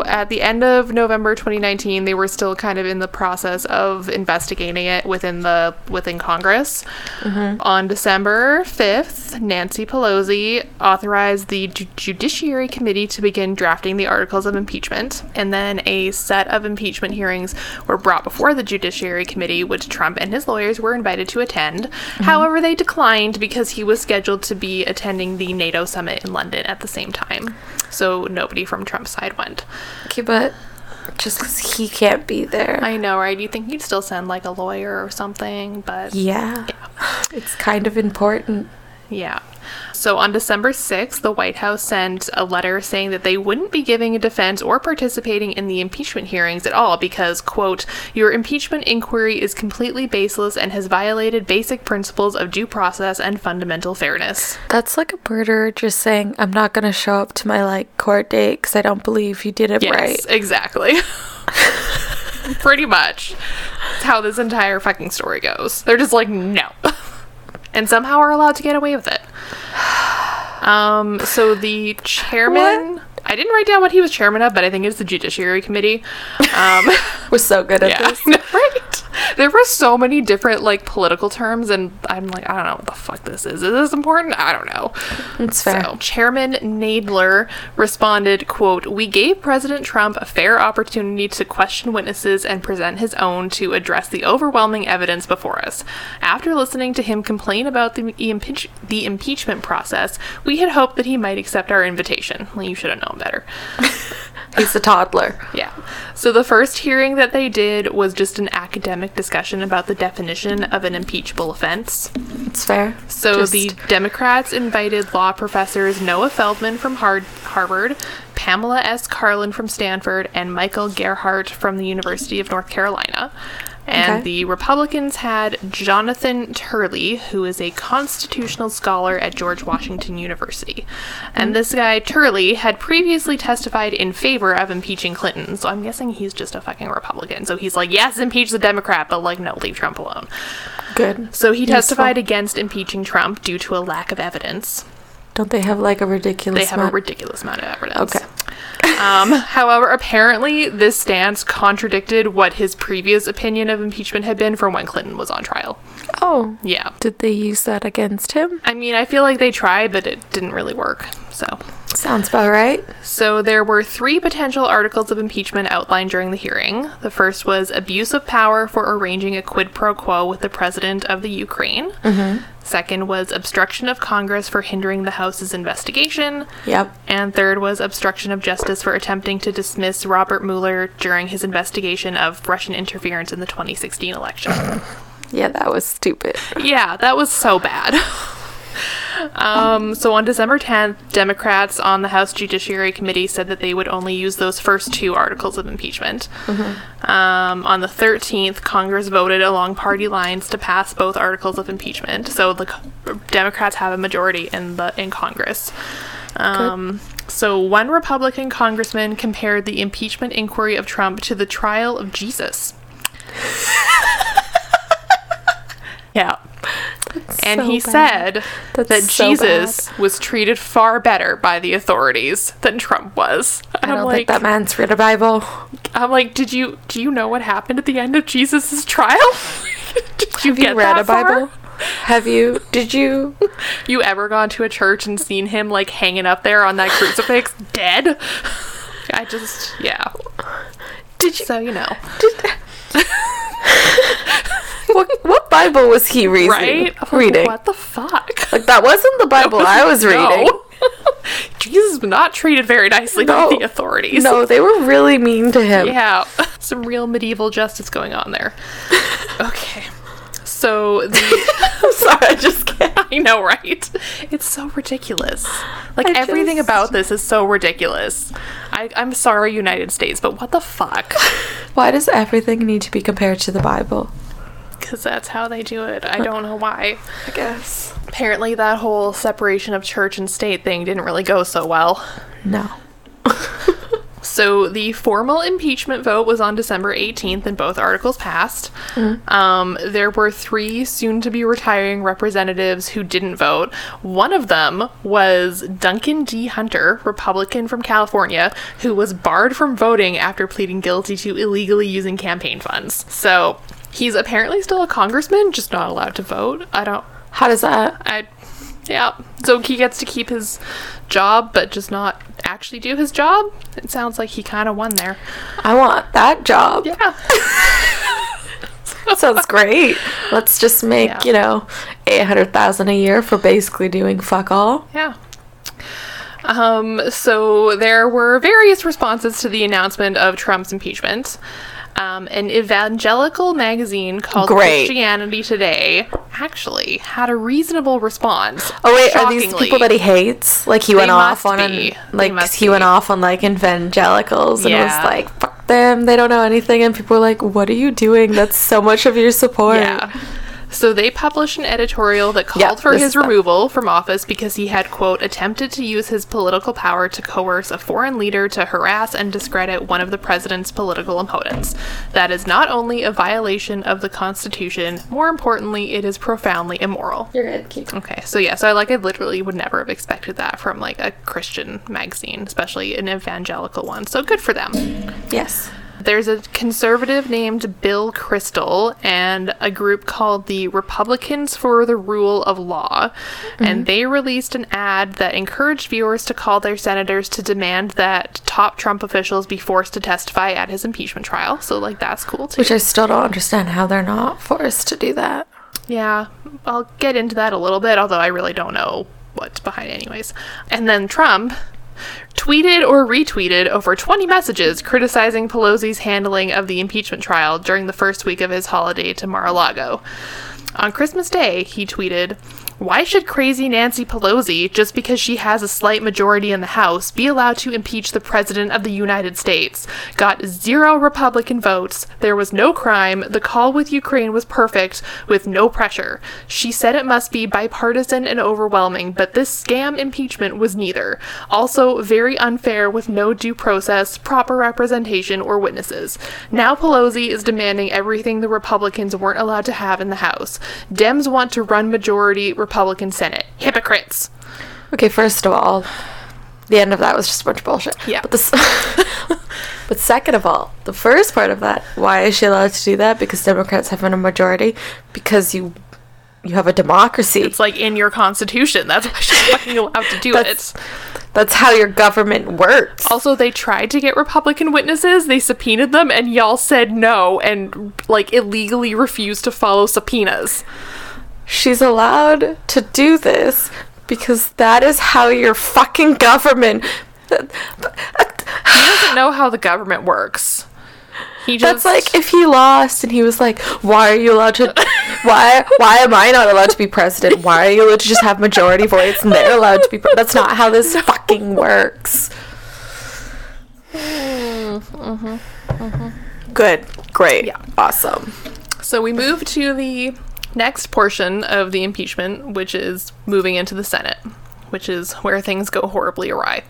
[SPEAKER 2] At the end of November 2019, they were still kind of in the process of investigating it within the within Congress. On December 5th, Nancy Pelosi authorized the Ju- Judiciary Committee to begin drafting the articles of impeachment, and then a set of impeachment hearings were brought before the Judiciary Committee, which Trump and his lawyers were invited to attend. However, they declined because he was scheduled to be attending the NATO summit in London at the same time. So nobody from Trump's side went.
[SPEAKER 1] Okay, but just 'cause he can't be there.
[SPEAKER 2] I know, right? You think you'd still send like a lawyer or something, but
[SPEAKER 1] yeah. It's kind of important.
[SPEAKER 2] yeah. So on December 6th, the White House sent a letter saying that they wouldn't be giving a defense or participating in the impeachment hearings at all because, quote, your impeachment inquiry is completely baseless and has violated basic principles of due process and fundamental fairness.
[SPEAKER 1] That's like a birder just saying, I'm not going to show up to my like court date because I don't believe you did it right.
[SPEAKER 2] Yes, exactly. Pretty much. That's how this entire fucking story goes. They're just like, no. And somehow are allowed to get away with it. Um, so the chairman I didn't write down what he was chairman of, but I think it's the Judiciary Committee. Um
[SPEAKER 1] We're so good at
[SPEAKER 2] yeah,
[SPEAKER 1] this.
[SPEAKER 2] right. There were so many different like political terms, and I'm like, I don't know what the fuck this is. Is this important? I don't know.
[SPEAKER 1] It's fair.
[SPEAKER 2] So Chairman Nadler responded, "Quote: We gave President Trump a fair opportunity to question witnesses and present his own to address the overwhelming evidence before us. After listening to him complain about the impeach- the impeachment process, we had hoped that he might accept our invitation. Well, you should have known better."
[SPEAKER 1] He's a toddler.
[SPEAKER 2] Yeah. So the first hearing that they did was just an academic discussion about the definition of an impeachable offense.
[SPEAKER 1] It's fair.
[SPEAKER 2] So
[SPEAKER 1] Just-
[SPEAKER 2] the Democrats invited law professors Noah Feldman from Har- Harvard, Pamela S. Carlin from Stanford and Michael Gerhart from the University of North Carolina. And
[SPEAKER 1] Okay.
[SPEAKER 2] the Republicans had Jonathan Turley, who is a constitutional scholar at George Washington University.
[SPEAKER 1] Mm.
[SPEAKER 2] And this guy, Turley, had previously testified in favor of impeaching Clinton. So I'm guessing he's just a fucking Republican. So he's like, yes, impeach the Democrat, but like, no, leave Trump alone.
[SPEAKER 1] Good.
[SPEAKER 2] So he
[SPEAKER 1] Useful.
[SPEAKER 2] testified against impeaching Trump due to a lack of evidence.
[SPEAKER 1] Don't they have like a ridiculous?
[SPEAKER 2] They have a
[SPEAKER 1] amount-
[SPEAKER 2] ridiculous amount of evidence.
[SPEAKER 1] Okay.
[SPEAKER 2] um, however, apparently this stance contradicted what his previous opinion of impeachment had been from when Clinton was on trial.
[SPEAKER 1] Oh,
[SPEAKER 2] Yeah.
[SPEAKER 1] did they use that against him?
[SPEAKER 2] I mean, I feel like they tried, but it didn't really work. So,
[SPEAKER 1] Sounds about right.
[SPEAKER 2] so there were three potential articles of impeachment outlined during the hearing. The first was abuse of power for arranging a quid pro quo with the president of the Ukraine. Second was obstruction of Congress for hindering the House's investigation.
[SPEAKER 1] Yep.
[SPEAKER 2] And third was obstruction of justice for attempting to dismiss Robert Mueller during his investigation of Russian interference in the 2016 election.
[SPEAKER 1] Yeah, that was stupid.
[SPEAKER 2] yeah, that was so bad. Um, so on December 10th, Democrats on the House Judiciary Committee said that they would only use those first two articles of impeachment. Um, on the 13th, Congress voted along party lines to pass both articles of impeachment. So the c- Democrats have a majority in the in Congress. Um, so one Republican congressman compared the impeachment inquiry of Trump to the trial of Jesus. yeah. And
[SPEAKER 1] so
[SPEAKER 2] he
[SPEAKER 1] bad.
[SPEAKER 2] said
[SPEAKER 1] That's
[SPEAKER 2] that
[SPEAKER 1] so
[SPEAKER 2] Jesus was treated far better by the authorities than Trump was.
[SPEAKER 1] I
[SPEAKER 2] I'm
[SPEAKER 1] don't
[SPEAKER 2] like,
[SPEAKER 1] think that man's read a Bible.
[SPEAKER 2] I'm like, did you do you know what happened at the end of Jesus' trial? did you
[SPEAKER 1] Have you
[SPEAKER 2] get
[SPEAKER 1] read
[SPEAKER 2] that
[SPEAKER 1] a Bible?
[SPEAKER 2] far?
[SPEAKER 1] Have you? Did you?
[SPEAKER 2] You ever gone to a church and seen him like hanging up there on that crucifix, dead? I just yeah.
[SPEAKER 1] Did you?
[SPEAKER 2] So you know,
[SPEAKER 1] What, what Bible was he reading?
[SPEAKER 2] right? I'm like,
[SPEAKER 1] Reading.
[SPEAKER 2] What the fuck?
[SPEAKER 1] Like that wasn't the Bible I was reading.
[SPEAKER 2] No. Jesus was not treated very nicely by
[SPEAKER 1] No.
[SPEAKER 2] the authorities.
[SPEAKER 1] No, they were really mean to him.
[SPEAKER 2] Yeah, some real medieval justice going on there. Okay. So the
[SPEAKER 1] I'm sorry, I just can't.
[SPEAKER 2] I know, right? It's so ridiculous. Like
[SPEAKER 1] I
[SPEAKER 2] everything
[SPEAKER 1] just-
[SPEAKER 2] about this is so ridiculous. I, I'm sorry, United States, but what the fuck?
[SPEAKER 1] Why does everything need to be compared to the Bible?
[SPEAKER 2] Because that's how they do it. I don't know why.
[SPEAKER 1] I guess.
[SPEAKER 2] Apparently, that whole separation of church and state thing didn't really go so well.
[SPEAKER 1] No.
[SPEAKER 2] So the formal impeachment vote was on December 18th, and both articles passed. Um, there were three soon to be retiring representatives who didn't vote. One of them was Duncan D. Hunter, Republican from California, who was barred from voting after pleading guilty to illegally using campaign funds. So he's apparently still a congressman, just not allowed to vote. I don't.
[SPEAKER 1] How does that?
[SPEAKER 2] I. Yeah. So he gets to keep his job, but just not actually do his job. It sounds like he kind of won there.
[SPEAKER 1] I want that job.
[SPEAKER 2] Yeah.
[SPEAKER 1] Sounds great. Let's just make,
[SPEAKER 2] Yeah.
[SPEAKER 1] you know, 800,000 a year for basically doing fuck all.
[SPEAKER 2] Yeah. Um, so there were various responses to the announcement of Trump's impeachment. Um, an evangelical magazine called
[SPEAKER 1] Great.
[SPEAKER 2] Christianity Today actually had a reasonable response.
[SPEAKER 1] Oh wait, are these
[SPEAKER 2] Shockingly.
[SPEAKER 1] people that he hates? Like he went off
[SPEAKER 2] must
[SPEAKER 1] on
[SPEAKER 2] be.
[SPEAKER 1] an,
[SPEAKER 2] They
[SPEAKER 1] like
[SPEAKER 2] must
[SPEAKER 1] he went
[SPEAKER 2] be.
[SPEAKER 1] off on like evangelicals and
[SPEAKER 2] Yeah.
[SPEAKER 1] was like fuck them, they don't know anything and people were like what are you doing? That's so much of your support.
[SPEAKER 2] Yeah. So they published an editorial that called
[SPEAKER 1] Yeah,
[SPEAKER 2] for
[SPEAKER 1] this
[SPEAKER 2] his
[SPEAKER 1] is them.
[SPEAKER 2] removal from office because he had, quote, attempted to use his political power to coerce a foreign leader to harass and discredit one of the president's political opponents. That is not only a violation of the Constitution, more importantly, it is profoundly immoral.
[SPEAKER 1] You're good. Keep
[SPEAKER 2] Okay, so yeah, so I like I literally would never have expected that from like a Christian magazine, especially an evangelical one. So good for them.
[SPEAKER 1] Yes.
[SPEAKER 2] There's a conservative named Bill Crystal and a group called the Republicans for the Rule of Law. And they released an ad that encouraged viewers to call their senators to demand that top Trump officials be forced to testify at his impeachment trial. So, like, that's cool too.
[SPEAKER 1] Which I still don't understand how they're not forced to do that.
[SPEAKER 2] Yeah, I'll get into that a little bit, although I really don't know what's behind it anyways. And then Trump tweeted or retweeted over 20 messages criticizing Pelosi's handling of the impeachment trial during the first week of his holiday to Mar-a-Lago. On Christmas Day, he tweeted, Why should crazy Nancy Pelosi, just because she has a slight majority in the House, be allowed to impeach the President of the United States? Got zero Republican votes. There was no crime. The call with Ukraine was perfect, with no pressure. She said it must be bipartisan and overwhelming, but this scam impeachment was neither. Also, very unfair with no due process, proper representation, or witnesses. Now Pelosi is demanding everything the Republicans weren't allowed to have in the House. Dems want to run majority Republican Senate. Hypocrites.
[SPEAKER 1] Okay, first of all, the end of that was just a bunch of bullshit.
[SPEAKER 2] Yeah.
[SPEAKER 1] But this But second of all, the first part of that, why is she allowed to do that? Because Democrats have a majority because you you have a democracy.
[SPEAKER 2] It's like in your constitution. That's why she's fucking allowed to do
[SPEAKER 1] That's-
[SPEAKER 2] it.
[SPEAKER 1] That's how your government works.
[SPEAKER 2] Also, they tried to get Republican witnesses. They subpoenaed them, and y'all said no and like illegally refused to follow subpoenas.
[SPEAKER 1] She's allowed to do this because that is how your fucking government
[SPEAKER 2] He doesn't know how the government works. He
[SPEAKER 1] That's
[SPEAKER 2] just
[SPEAKER 1] like if he lost and he was like, "Why are you allowed to? Why why am I not allowed to be president? Why are you allowed to just have majority votes and they're allowed to be?" Pre-? That's not how this fucking works. Good, great,
[SPEAKER 2] Mm-hmm. Yeah.
[SPEAKER 1] awesome.
[SPEAKER 2] So we move to the next portion of the impeachment, which is moving into the Senate, which is where things go horribly awry.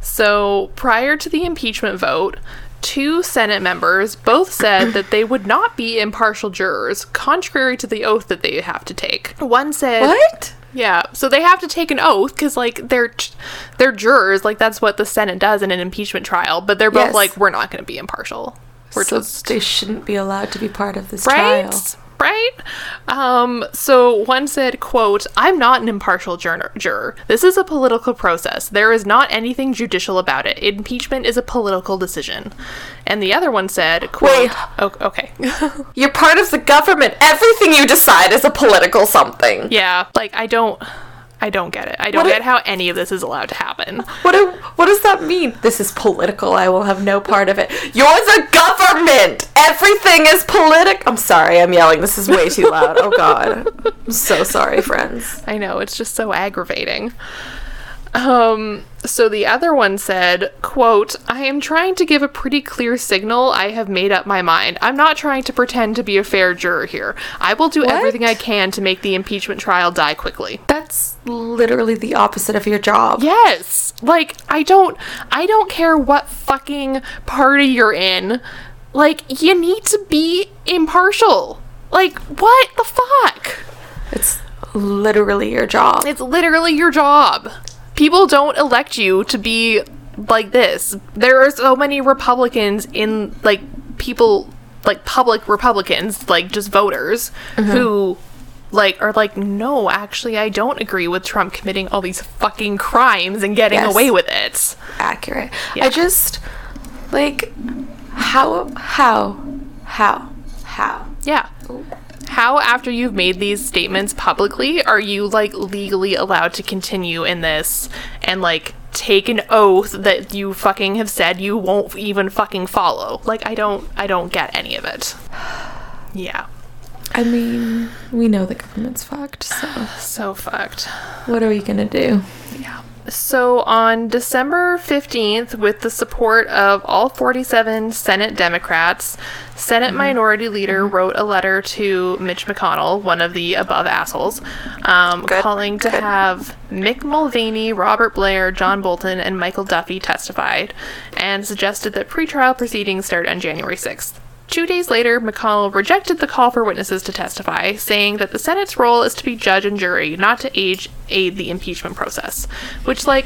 [SPEAKER 2] So prior to the impeachment vote, two Senate members both said that they would not be impartial jurors, contrary to the oath that they have to take. One said,
[SPEAKER 1] What?
[SPEAKER 2] yeah, so they have to take an oath because like they're they're jurors, like that's what the Senate does in an impeachment trial. But they're both
[SPEAKER 1] Yes.
[SPEAKER 2] like, we're not going to be impartial. We're
[SPEAKER 1] so
[SPEAKER 2] just
[SPEAKER 1] they shouldn't be allowed to be part of this
[SPEAKER 2] right
[SPEAKER 1] trial.
[SPEAKER 2] right um so one said quote i'm not an impartial juror, juror this is a political process there is not anything judicial about it impeachment is a political decision and the other one said quote
[SPEAKER 1] Wait.
[SPEAKER 2] Oh, okay
[SPEAKER 1] You're part of the government. Everything you decide is a political something.
[SPEAKER 2] yeah like i don't i don't get it i don't
[SPEAKER 1] What
[SPEAKER 2] get
[SPEAKER 1] if-
[SPEAKER 2] how any of this is allowed to happen
[SPEAKER 1] What do, what does that mean? This is political. I will have no part of it. You're the government. Everything is political. I'm sorry. I'm yelling. This is way too loud. Oh God. I'm so sorry, friends.
[SPEAKER 2] I know, it's just so aggravating. Um, so the other one said, quote, I am trying to give a pretty clear signal. I have made up my mind. I'm not trying to pretend to be a fair juror here. I will do everything I can to make the impeachment trial die quickly.
[SPEAKER 1] That's literally the opposite of your job.
[SPEAKER 2] Yes. Like I don't I don't care what fucking party you're in. Like you need to be impartial. Like what the fuck?
[SPEAKER 1] It's literally your job.
[SPEAKER 2] It's literally your job. People don't elect you to be like this. There are so many Republicans in like people like public Republicans, like just voters who like are like no, actually I don't agree with Trump committing all these fucking crimes and getting
[SPEAKER 1] Yes.
[SPEAKER 2] away with it.
[SPEAKER 1] accurate.
[SPEAKER 2] Yeah.
[SPEAKER 1] I just like how how how how
[SPEAKER 2] Yeah. How after you've made these statements publicly are you like legally allowed to continue in this and like take an oath that you fucking have said you won't even fucking follow? Like I don't I don't get any of it. Yeah.
[SPEAKER 1] I mean, we know the government's fucked. So
[SPEAKER 2] So fucked.
[SPEAKER 1] what are we gonna do?
[SPEAKER 2] Yeah. So on December 15th, with the support of all 47 Senate Democrats, Senate Minority Leader wrote a letter to Mitch McConnell, one of the above assholes, um,
[SPEAKER 1] Good.
[SPEAKER 2] calling to
[SPEAKER 1] Good.
[SPEAKER 2] have Mick Mulvaney, Robert Blair, John Bolton, and Michael Duffy testified, and suggested that pretrial proceedings start on January 6th. Two days later, McConnell rejected the call for witnesses to testify, saying that the Senate's role is to be judge and jury, not to age, aid the impeachment process. Which, like,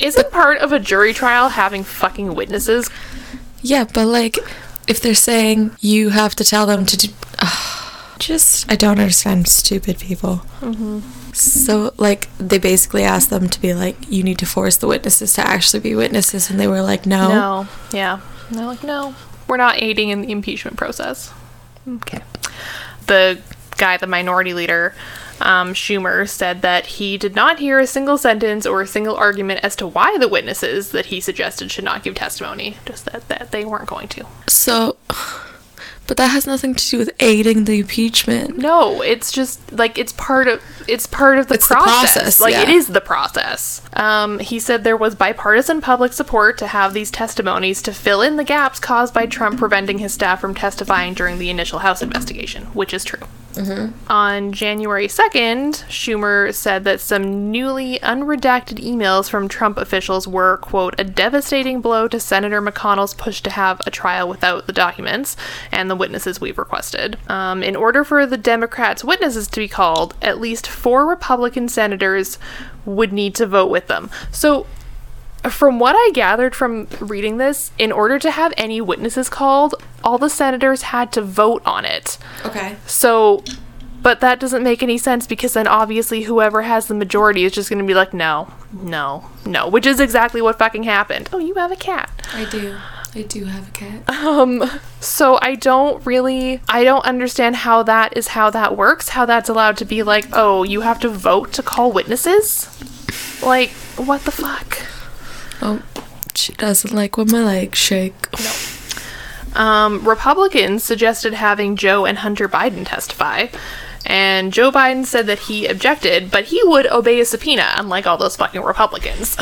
[SPEAKER 2] isn't part of a jury trial having fucking witnesses?
[SPEAKER 1] Yeah, but like, if they're saying you have to tell them to do. just, Mm-hmm. I don't understand stupid people. So, like, they basically asked them to be like, you need to force the witnesses to actually be witnesses, and they were like, no.
[SPEAKER 2] No. Yeah. And they're like, no, we're not aiding in the impeachment process. Okay. The guy, the minority leader, um, Schumer, said that he did not hear a single sentence or a single argument as to why the witnesses that he suggested should not give testimony, just that, that they weren't going to.
[SPEAKER 1] So, but that has nothing to do with aiding the impeachment.
[SPEAKER 2] No, it's just like it's part of it's part of the,
[SPEAKER 3] It's the
[SPEAKER 2] process.
[SPEAKER 3] process,
[SPEAKER 2] Like
[SPEAKER 3] yeah.
[SPEAKER 2] it is the process. Um, he said there was bipartisan public support to have these testimonies to fill in the gaps caused by Trump preventing his staff from testifying during the initial House investigation, which is true. On January 2nd, Schumer said that some newly unredacted emails from Trump officials were, quote, a devastating blow to Senator McConnell's push to have a trial without the documents and the witnesses we've requested. Um, in order for the Democrats' witnesses to be called, at least four Republican senators would need to vote with them. So, from what I gathered from reading this, in order to have any witnesses called, all the senators had to vote on it.
[SPEAKER 3] Okay.
[SPEAKER 2] So, but that doesn't make any sense because then obviously whoever has the majority is just going to be like, no, no, no, which is exactly what fucking happened. Oh, you have a cat.
[SPEAKER 3] I do. I do have a cat.
[SPEAKER 2] So I don't really, I don't understand how that is how that works, how that's allowed to be like, oh, you have to vote to call witnesses? Like, what the fuck?
[SPEAKER 3] Oh, she doesn't like when my legs shake.
[SPEAKER 2] Um, Republicans suggested having Joe and Hunter Biden testify, and Joe Biden said that he objected, but he would obey a subpoena, unlike all those fucking Republicans.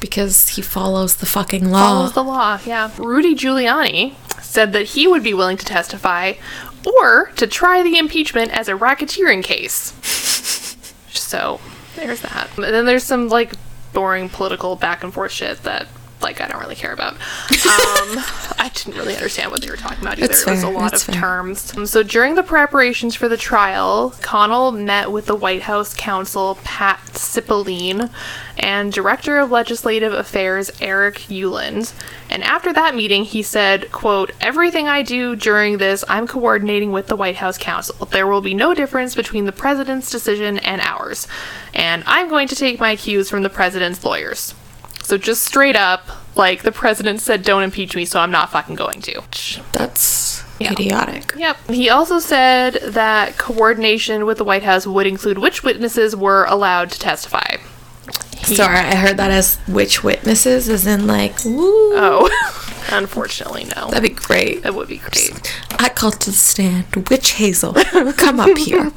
[SPEAKER 3] Because he follows the fucking law.
[SPEAKER 2] follows the law. Yeah. Rudy Giuliani said that he would be willing to testify or to try the impeachment as a racketeering case. So there's that. And then there's some like boring political back and forth shit that like I don't really care about. Um, I didn't really understand what they were talking about either.
[SPEAKER 3] It's
[SPEAKER 2] it was a
[SPEAKER 3] fair,
[SPEAKER 2] lot
[SPEAKER 3] it's
[SPEAKER 2] of
[SPEAKER 3] fair.
[SPEAKER 2] terms. Um, So during the preparations for the trial, Connell met with the White House counsel Pat Cipollone and Director of Legislative Affairs Eric Euland. And after that meeting, he said, quote, "Everything I do during this, I'm coordinating with the White House counsel. There will be no difference between the president's decision and ours. And I'm going to take my cues from the president's lawyers." So just straight up, like the president said, don't impeach me, so I'm not fucking going to.
[SPEAKER 3] That's idiotic.
[SPEAKER 2] Yep. He also said that coordination with the White House would include which witnesses were allowed to testify. He-
[SPEAKER 3] Sorry, I heard that as which witnesses, as in like, woo.
[SPEAKER 2] Oh, unfortunately, no.
[SPEAKER 3] That'd be great.
[SPEAKER 2] That would be great.
[SPEAKER 3] I called to the stand. Witch Hazel, come up here.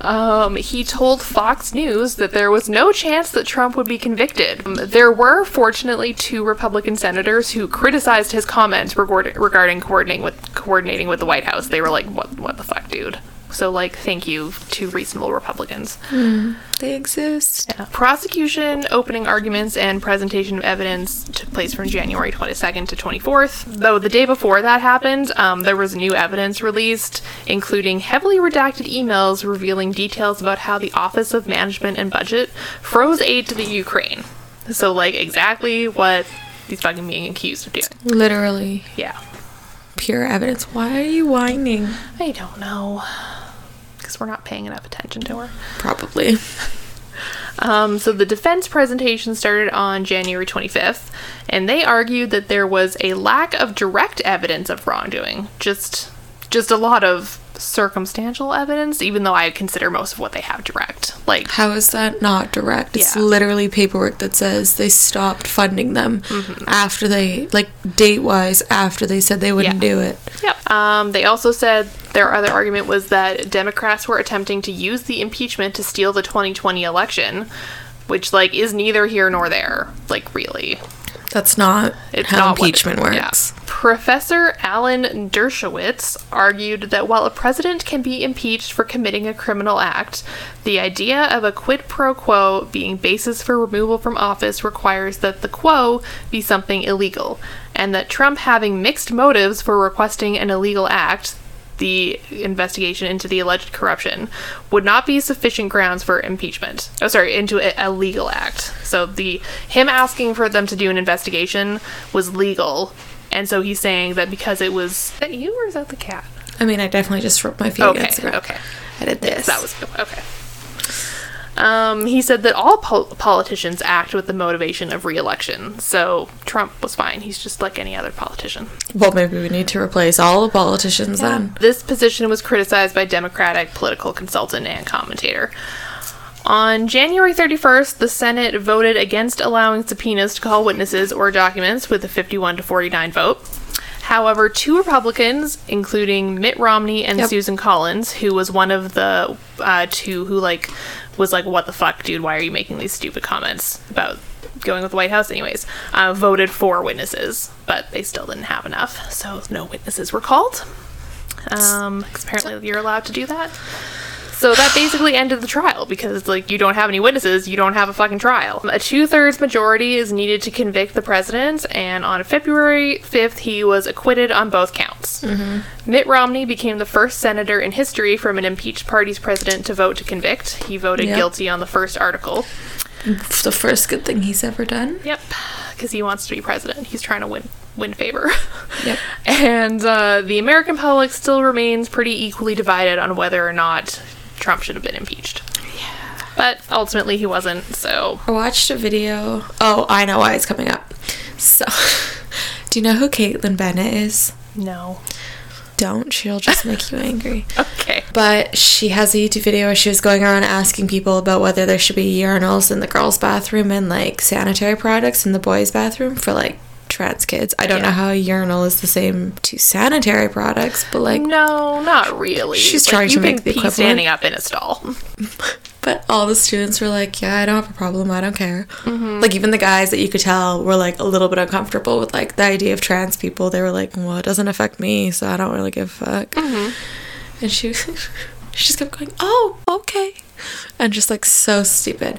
[SPEAKER 2] Um, he told Fox News that there was no chance that Trump would be convicted. Um, there were, fortunately, two Republican senators who criticized his comments regard- regarding coordinating with coordinating with the White House. They were like, "What? What the fuck, dude?" So, like, thank you to reasonable Republicans.
[SPEAKER 3] They exist.
[SPEAKER 2] Prosecution opening arguments and presentation of evidence took place from January 22nd to 24th. Though the day before that happened, um, there was new evidence released, including heavily redacted emails revealing details about how the Office of Management and Budget froze aid to the Ukraine. So, like, exactly what he's fucking being accused of doing.
[SPEAKER 3] Literally
[SPEAKER 2] Yeah.
[SPEAKER 3] pure evidence. Why are you whining?
[SPEAKER 2] I don't know. Because we're not paying enough attention to her.
[SPEAKER 3] Probably.
[SPEAKER 2] Um, so the defense presentation started on January 25th, and they argued that there was a lack of direct evidence of wrongdoing, just just a lot of circumstantial evidence. Even though I consider most of what they have direct, like
[SPEAKER 3] How is that not direct? It's
[SPEAKER 2] Yeah.
[SPEAKER 3] literally paperwork that says they stopped funding them
[SPEAKER 2] Mm-hmm.
[SPEAKER 3] after they, like, date wise, after they said they wouldn't
[SPEAKER 2] Yeah.
[SPEAKER 3] do it.
[SPEAKER 2] Yep. Um, they also said their other argument was that Democrats were attempting to use the impeachment to steal the 2020 election, which like is neither here nor there, like really.
[SPEAKER 3] That's not
[SPEAKER 2] It's
[SPEAKER 3] how
[SPEAKER 2] not what-
[SPEAKER 3] impeachment
[SPEAKER 2] yeah.
[SPEAKER 3] works.
[SPEAKER 2] Professor Alan Dershowitz argued that while a president can be impeached for committing a criminal act, the idea of a quid pro quo being basis for removal from office requires that the quo be something illegal, and that Trump having mixed motives for requesting an illegal act, the investigation into the alleged corruption would not be sufficient grounds for impeachment. Oh, sorry, into a, a legal act. So the him asking for them to do an investigation was legal, and so he's saying that because it was is that you or is that the cat?
[SPEAKER 3] I mean, I definitely just rubbed my feet
[SPEAKER 2] Okay,
[SPEAKER 3] against the ground.
[SPEAKER 2] okay.
[SPEAKER 3] I did this.
[SPEAKER 2] That was okay. Um, he said that all pol- politicians act with the motivation of re-election. So Trump was fine. He's just like any other politician.
[SPEAKER 3] Well, maybe we need to replace all the politicians then.
[SPEAKER 2] This position was criticized by Democratic political consultant and commentator. On January 31st, the Senate voted against allowing subpoenas to call witnesses or documents with a 51 to 49 vote. However, two Republicans, including Mitt Romney and
[SPEAKER 1] Yep.
[SPEAKER 2] Susan Collins, who was one of the uh, two who like was like, "What the fuck, dude? Why are you making these stupid comments about going with the White House?" Anyways, uh, voted for witnesses, but they still didn't have enough, so no witnesses were called. Um, 'cause apparently, you're allowed to do that. So that basically ended the trial because it's like you don't have any witnesses, you don't have a fucking trial. A two thirds majority is needed to convict the president, and on February 5th, he was acquitted on both counts. Mitt Romney became the first senator in history from an impeached party's president to vote to convict. He voted
[SPEAKER 3] Yeah.
[SPEAKER 2] guilty on the first article.
[SPEAKER 3] The first good thing he's ever done.
[SPEAKER 2] Yep, because he wants to be president. He's trying to win win favor.
[SPEAKER 3] Yep.
[SPEAKER 2] And uh, the American public still remains pretty equally divided on whether or not Trump should have been impeached. But ultimately, he wasn't. So
[SPEAKER 3] I watched a video. Oh, I know why it's coming up. So, do you know who Caitlyn Bennett is?
[SPEAKER 2] no.
[SPEAKER 3] Don't. She'll just make you angry.
[SPEAKER 2] Okay.
[SPEAKER 3] But she has a YouTube video where she was going around asking people about whether there should be urinals in the girls' bathroom and like sanitary products in the boys' bathroom for like trans kids. I don't
[SPEAKER 2] Yeah.
[SPEAKER 3] know how a urinal is the same to sanitary products, but like,
[SPEAKER 2] No, not really.
[SPEAKER 3] She's trying to
[SPEAKER 2] you can
[SPEAKER 3] make the
[SPEAKER 2] pee
[SPEAKER 3] equivalent.
[SPEAKER 2] standing up in a stall.
[SPEAKER 3] but all the students were like, yeah, I don't have a problem. I don't care.
[SPEAKER 2] Mm-hmm.
[SPEAKER 3] Like, even the guys that you could tell were like a little bit uncomfortable with like the idea of trans people. They were like, well, it doesn't affect me, so I don't really give a
[SPEAKER 2] Mm-hmm.
[SPEAKER 3] fuck. And she, she just kept going, oh, okay. And just like so stupid.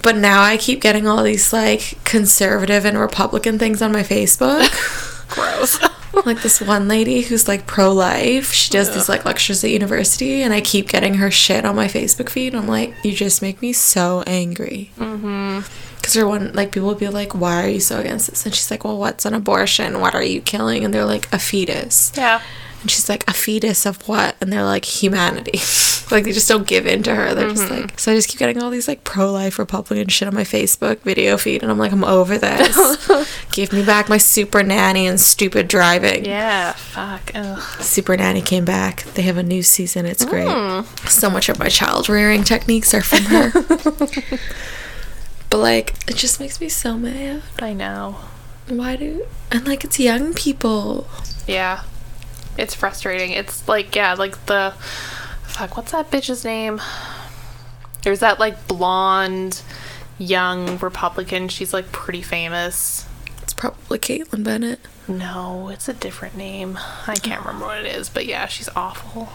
[SPEAKER 3] But now I keep getting all these like conservative and Republican things on my Facebook.
[SPEAKER 2] Gross.
[SPEAKER 3] like this one lady who's like pro life. She does these like lectures at university, and I keep getting her shit on my Facebook feed. I'm like, you just make me so angry. Because her one, like, people will be like, why are you so against this? And she's like, well, what's an abortion? What are you killing? And they're like, a fetus.
[SPEAKER 2] yeah.
[SPEAKER 3] And she's like, a fetus of what? And they're like, humanity. like, they just don't give in to her. They're just like, so I just keep getting all these like pro life Republican shit on my Facebook video feed. And I'm like, I'm over this. give me back my super nanny and stupid driving.
[SPEAKER 2] Yeah. Fuck. Ugh.
[SPEAKER 3] Super Nanny came back. They have a new season. It's great. So much of my child rearing techniques are from her. but like, it just makes me so mad.
[SPEAKER 2] I know.
[SPEAKER 3] Why do and like it's young people.
[SPEAKER 2] Yeah. It's frustrating. It's like, yeah, like the. Fuck, what's that bitch's name? There's that, like, blonde, young Republican. She's, like, pretty famous.
[SPEAKER 3] It's probably Caitlyn Bennett.
[SPEAKER 2] No, it's a different name. I
[SPEAKER 3] Oh.
[SPEAKER 2] can't remember what it is, but yeah, she's awful.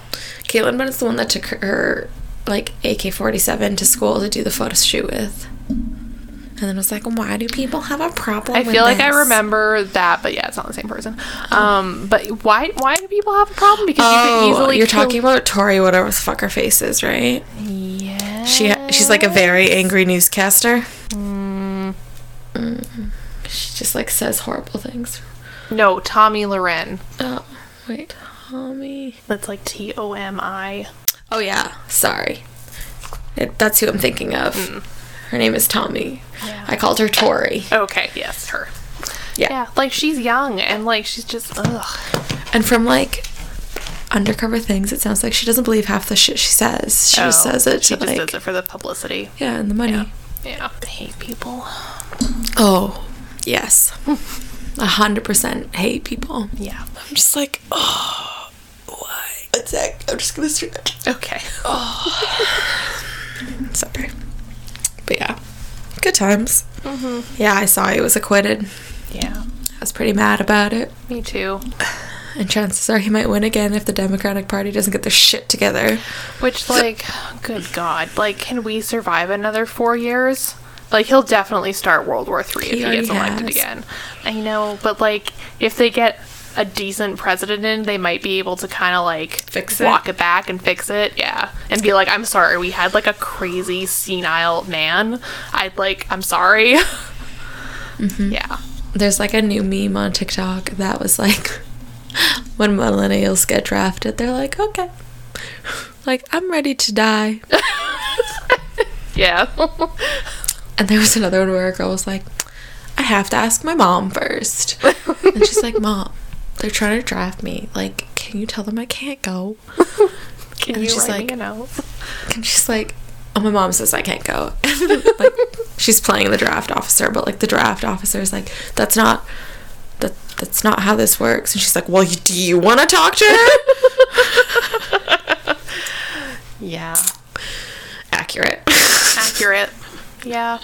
[SPEAKER 3] Caitlyn Bennett's the one that took her like AK forty seven to school to do the photo shoot with. And then I was like, why do people have a problem?
[SPEAKER 2] I
[SPEAKER 3] with
[SPEAKER 2] feel like I
[SPEAKER 3] this?
[SPEAKER 2] remember that, but yeah, it's not the same person. Um, but why why do people have a problem? Because
[SPEAKER 3] Oh,
[SPEAKER 2] you can easily
[SPEAKER 3] you're
[SPEAKER 2] kill-
[SPEAKER 3] talking about Tori, whatever the fuck her face is, right?
[SPEAKER 2] Yeah.
[SPEAKER 3] She she's like a very angry newscaster. Mm. She just like says horrible things.
[SPEAKER 2] No, Tommy Loren.
[SPEAKER 3] Oh wait, Tommy.
[SPEAKER 2] That's like T O M I.
[SPEAKER 3] Oh yeah, sorry. It, that's who I'm thinking of. Her name is Tommy.
[SPEAKER 2] Yeah.
[SPEAKER 3] I called her Tori.
[SPEAKER 2] Okay, yes, her.
[SPEAKER 3] Yeah.
[SPEAKER 2] Yeah, like she's young and like she's just ugh.
[SPEAKER 3] And from like undercover things, it sounds like she doesn't believe half the shit she says. She just
[SPEAKER 2] Oh,
[SPEAKER 3] says it
[SPEAKER 2] She
[SPEAKER 3] to
[SPEAKER 2] just
[SPEAKER 3] like
[SPEAKER 2] does it for the publicity.
[SPEAKER 3] yeah, and the money.
[SPEAKER 2] Yeah. Yeah. I hate people.
[SPEAKER 3] Oh yes,
[SPEAKER 2] Hmm.
[SPEAKER 3] a hundred percent hate people.
[SPEAKER 2] Yeah.
[SPEAKER 3] I'm just like, oh, why? It's like, I'm just gonna stretch.
[SPEAKER 2] Okay.
[SPEAKER 3] Sorry. But yeah, good times.
[SPEAKER 2] Mm-hmm.
[SPEAKER 3] Yeah, I saw he was acquitted.
[SPEAKER 2] Yeah.
[SPEAKER 3] I was pretty mad about it.
[SPEAKER 2] Me too.
[SPEAKER 3] And chances are he might win again if the Democratic Party doesn't get their shit together.
[SPEAKER 2] Which, like, good God, like, can we survive another four years? Like, he'll definitely start World War Three if
[SPEAKER 3] He
[SPEAKER 2] he gets
[SPEAKER 3] already
[SPEAKER 2] elected
[SPEAKER 3] has.
[SPEAKER 2] again. I know, but like, if they get a decent president in, they might be able to kind of like
[SPEAKER 3] Fix it.
[SPEAKER 2] walk it back and fix it, yeah, and be like, "I'm sorry, we had like a crazy senile man. I'd like, I'm sorry."
[SPEAKER 3] Mm-hmm.
[SPEAKER 2] Yeah.
[SPEAKER 3] There's like a new meme on TikTok that was like, when millennials get drafted, they're like, okay, like, I'm ready to die.
[SPEAKER 2] Yeah.
[SPEAKER 3] And there was another one where a girl was like, I have to ask my mom first. and she's like, Mom, they're trying to draft me. Like, can you tell them I can't go?
[SPEAKER 2] Can
[SPEAKER 3] And
[SPEAKER 2] you
[SPEAKER 3] she's
[SPEAKER 2] write
[SPEAKER 3] like-
[SPEAKER 2] me a note?
[SPEAKER 3] And she's like, Oh, my mom says I can't go. like, she's playing the draft officer, but like the draft officer is like, That's not that that's not how this works. And she's like, well, you- do you want to talk to her?
[SPEAKER 2] Yeah.
[SPEAKER 3] Accurate.
[SPEAKER 2] Accurate. Yeah.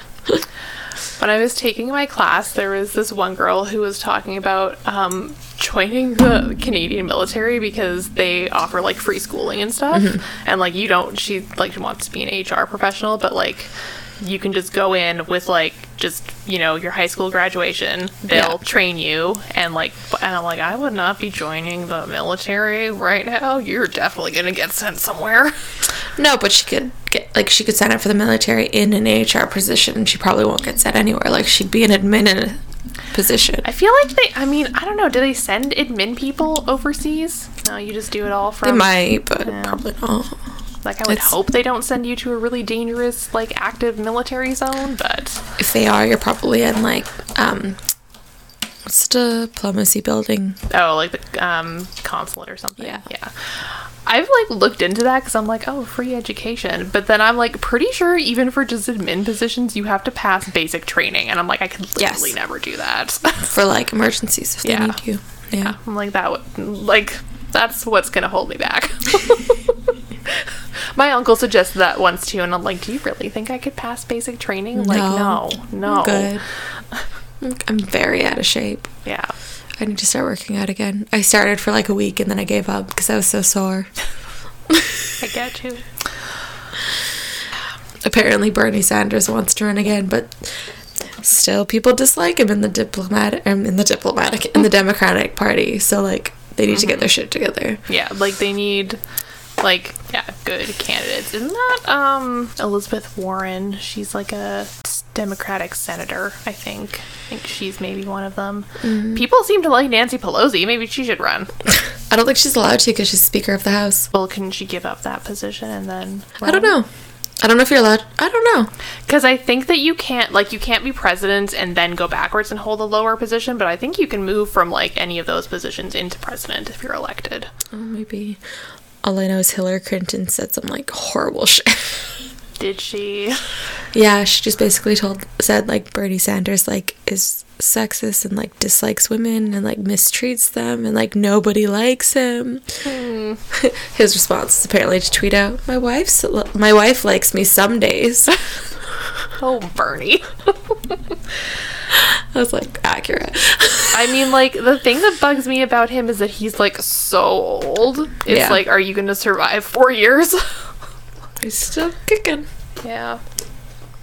[SPEAKER 2] When I was taking my class, there was this one girl who was talking about um, joining the Canadian military because they offer like free schooling and stuff, and like you don't. She like wants to be an HR professional, but like you can just go in with like just you know your high school graduation. They'll train you, and like and I'm like I would not be joining the military right now. You're definitely gonna get sent somewhere.
[SPEAKER 3] no, but she could get like she could sign up for the military in an HR position. and She probably won't get sent anywhere. Like she'd be an admin in a position.
[SPEAKER 2] I feel like they. I mean, I don't know. Do they send admin people overseas? No, you just do it all
[SPEAKER 3] They
[SPEAKER 2] from.
[SPEAKER 3] might, but probably not.
[SPEAKER 2] like, I would
[SPEAKER 3] it's-
[SPEAKER 2] hope they don't send you to a really dangerous, like, active military zone. But
[SPEAKER 3] If they are, you're probably in like um, what's the diplomacy building?
[SPEAKER 2] oh, like the um, consulate or something.
[SPEAKER 3] Yeah.
[SPEAKER 2] yeah. I've like looked into that because I'm like, oh, free education. But then I'm like, pretty sure even for just admin positions, you have to pass basic training, and I'm like, I could
[SPEAKER 3] Yes.
[SPEAKER 2] literally never do that.
[SPEAKER 3] for like emergencies if they
[SPEAKER 2] Yeah.
[SPEAKER 3] need you. Yeah.
[SPEAKER 2] I'm like that. Would, like that's what's gonna hold me back. My uncle suggested that once too, and I'm like, "Do you really think I could pass basic training?" Like, no,
[SPEAKER 3] No.
[SPEAKER 2] no,
[SPEAKER 3] Good.
[SPEAKER 2] Oh.
[SPEAKER 3] I'm very out of shape.
[SPEAKER 2] yeah.
[SPEAKER 3] I need to start working out again. I started for like a week and then I gave up because I was so sore.
[SPEAKER 2] I get you.
[SPEAKER 3] Apparently, Bernie Sanders wants to run again, but still, people dislike him in the diplomatic, um, in the diplomatic, in the Democratic Party. So like, they need to get their shit together.
[SPEAKER 2] Yeah, like they need, like, yeah, good candidates. Isn't that um Elizabeth Warren? She's like a Democratic senator, I think. I think she's maybe one of them.
[SPEAKER 3] Mm-hmm.
[SPEAKER 2] People seem to like Nancy Pelosi. Maybe she should run.
[SPEAKER 3] I don't think she's allowed to because she's Speaker of the House.
[SPEAKER 2] well, couldn't she give up that position and then?
[SPEAKER 3] I don't
[SPEAKER 2] run?
[SPEAKER 3] know. I don't know if you're allowed. I don't know.
[SPEAKER 2] Because I think that you can't, like, you can't be president and then go backwards and hold a lower position, but I think you can move from, like, any of those positions into president if you're elected.
[SPEAKER 3] Oh, maybe. All I know is Hillary Clinton said some like horrible shit.
[SPEAKER 2] Did she?
[SPEAKER 3] Yeah, she just basically told said like Bernie Sanders like is sexist and like dislikes women and like mistreats them and like nobody likes him. His response is apparently to tweet out, "My wife's my wife likes me some days."
[SPEAKER 2] Oh, Bernie.
[SPEAKER 3] I was like, accurate.
[SPEAKER 2] I mean, like, the thing that bugs me about him is that he's, like, so old. It's
[SPEAKER 3] Yeah.
[SPEAKER 2] like, are you going to survive four years?
[SPEAKER 3] He's still kicking.
[SPEAKER 2] yeah.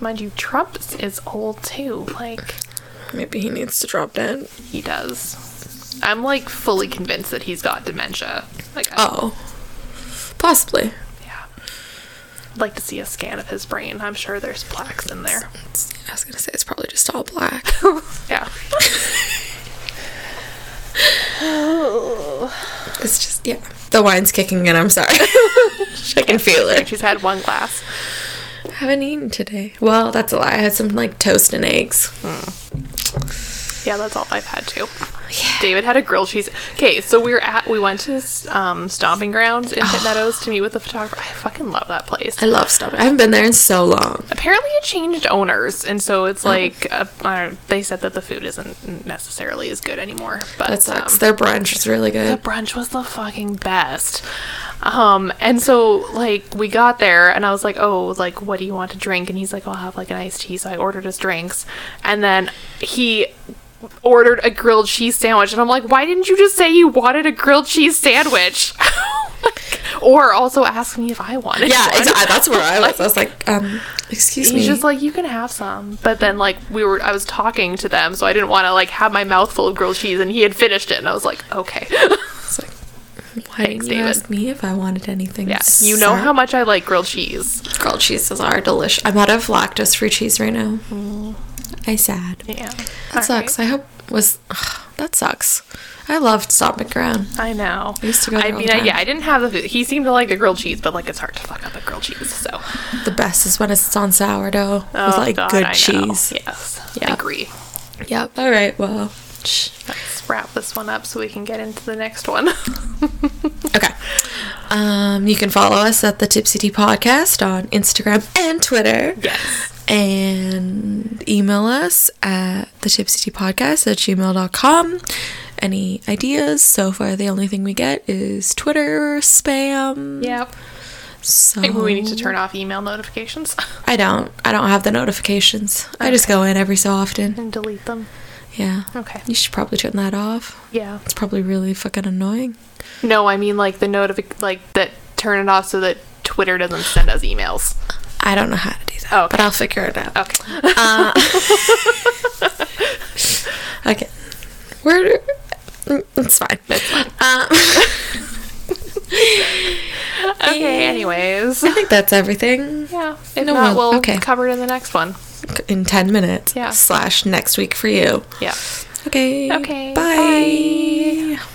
[SPEAKER 2] Mind you, Trump is old, too. Like,
[SPEAKER 3] Maybe he needs to drop dead.
[SPEAKER 2] he does. I'm, like, fully convinced that he's got dementia. Like, I-
[SPEAKER 3] Oh, possibly.
[SPEAKER 2] Yeah. I'd like to see a scan of his brain. I'm sure there's plaques in there.
[SPEAKER 3] It's- I was gonna say it's probably just all black.
[SPEAKER 2] Yeah.
[SPEAKER 3] it's just yeah. The wine's kicking in. I'm sorry. I can feel it.
[SPEAKER 2] She's had one glass.
[SPEAKER 3] haven't eaten today. Well, that's a lie. I had some like toast and eggs.
[SPEAKER 2] Yeah, that's all I've had too. David had a grilled cheese. Okay, so we were at we went to this, um, Stomping Grounds in Pitt Meadows to meet with the photographer. I fucking love that place.
[SPEAKER 3] Oh. I love stuff. I haven't been there in so long.
[SPEAKER 2] Apparently, it changed owners, and so it's
[SPEAKER 3] Oh.
[SPEAKER 2] like uh, I don't- they said that the food isn't necessarily as good anymore. But
[SPEAKER 3] That sucks.
[SPEAKER 2] um,
[SPEAKER 3] Their brunch is really
[SPEAKER 2] The
[SPEAKER 3] good.
[SPEAKER 2] brunch was the fucking best. Um, and so like we got there and I was like, Oh, like what do you want to drink? And he's like, I'll have like an iced tea. So I ordered his drinks and then he ordered a grilled cheese sandwich and I'm like, Why didn't you just say you wanted a grilled cheese sandwich? Like, or also ask me if I wanted
[SPEAKER 3] Yeah,
[SPEAKER 2] one.
[SPEAKER 3] exa- that's where I was. I was like, um, excuse me.
[SPEAKER 2] He's just like, you can have some. But then, like, we were, I was talking to them, so I didn't want to, like, have my mouth full of grilled cheese, and he had finished it, and I was like, okay.
[SPEAKER 3] It's like, why didn't
[SPEAKER 2] Thanks,
[SPEAKER 3] you
[SPEAKER 2] David.
[SPEAKER 3] ask me if I wanted anything?
[SPEAKER 2] Yeah, you know
[SPEAKER 3] Sorry.
[SPEAKER 2] how much I like grilled cheese.
[SPEAKER 3] grilled cheeses are delicious. I'm out of lactose-free cheese right now. I sad.
[SPEAKER 2] Mm. Yeah,
[SPEAKER 3] That sucks. I hope was that sucks. I loved Stomping Ground.
[SPEAKER 2] I know. I
[SPEAKER 3] used to go there all
[SPEAKER 2] mean,
[SPEAKER 3] the
[SPEAKER 2] I,
[SPEAKER 3] time.
[SPEAKER 2] yeah, I didn't have the food. He seemed to like the grilled cheese, but like it's hard to fuck up a grilled cheese. So,
[SPEAKER 3] The best is when it's on sourdough
[SPEAKER 2] oh,
[SPEAKER 3] with like
[SPEAKER 2] God,
[SPEAKER 3] good
[SPEAKER 2] I know.
[SPEAKER 3] cheese.
[SPEAKER 2] Yes, I
[SPEAKER 3] Yeah.
[SPEAKER 2] agree.
[SPEAKER 3] Yep. All right. Well. Shh.
[SPEAKER 2] Let's wrap this one up so we can get into the next one.
[SPEAKER 3] Okay. Um, you can follow us at the Tipsy Tea Podcast on Instagram and Twitter.
[SPEAKER 2] yes.
[SPEAKER 3] And email us at the Tipsy Tea Podcast at gmail.com. any ideas. So far, the only thing we get is Twitter spam.
[SPEAKER 2] Yep.
[SPEAKER 3] So
[SPEAKER 2] I think we need to turn off email notifications
[SPEAKER 3] I don't. I don't have the notifications. I just go in every so often.
[SPEAKER 2] and delete them.
[SPEAKER 3] Yeah.
[SPEAKER 2] Okay.
[SPEAKER 3] You should probably turn that off.
[SPEAKER 2] Yeah.
[SPEAKER 3] It's probably really fucking annoying.
[SPEAKER 2] No, I mean like the notific like that turn it off so that Twitter doesn't send us emails.
[SPEAKER 3] I don't know how to do that,
[SPEAKER 2] Oh, Okay.
[SPEAKER 3] but I'll figure it out.
[SPEAKER 2] Okay.
[SPEAKER 3] Okay. We're. mm, It's fine. Um,
[SPEAKER 2] Okay, anyways.
[SPEAKER 3] I think that's everything
[SPEAKER 2] Yeah. If
[SPEAKER 3] No,
[SPEAKER 2] not,
[SPEAKER 3] well,
[SPEAKER 2] we'll
[SPEAKER 3] okay.
[SPEAKER 2] cover it in the next one.
[SPEAKER 3] in 10 minutes.
[SPEAKER 2] Yeah.
[SPEAKER 3] Slash next week for you.
[SPEAKER 2] Yeah.
[SPEAKER 3] Okay.
[SPEAKER 2] Okay,
[SPEAKER 3] Bye.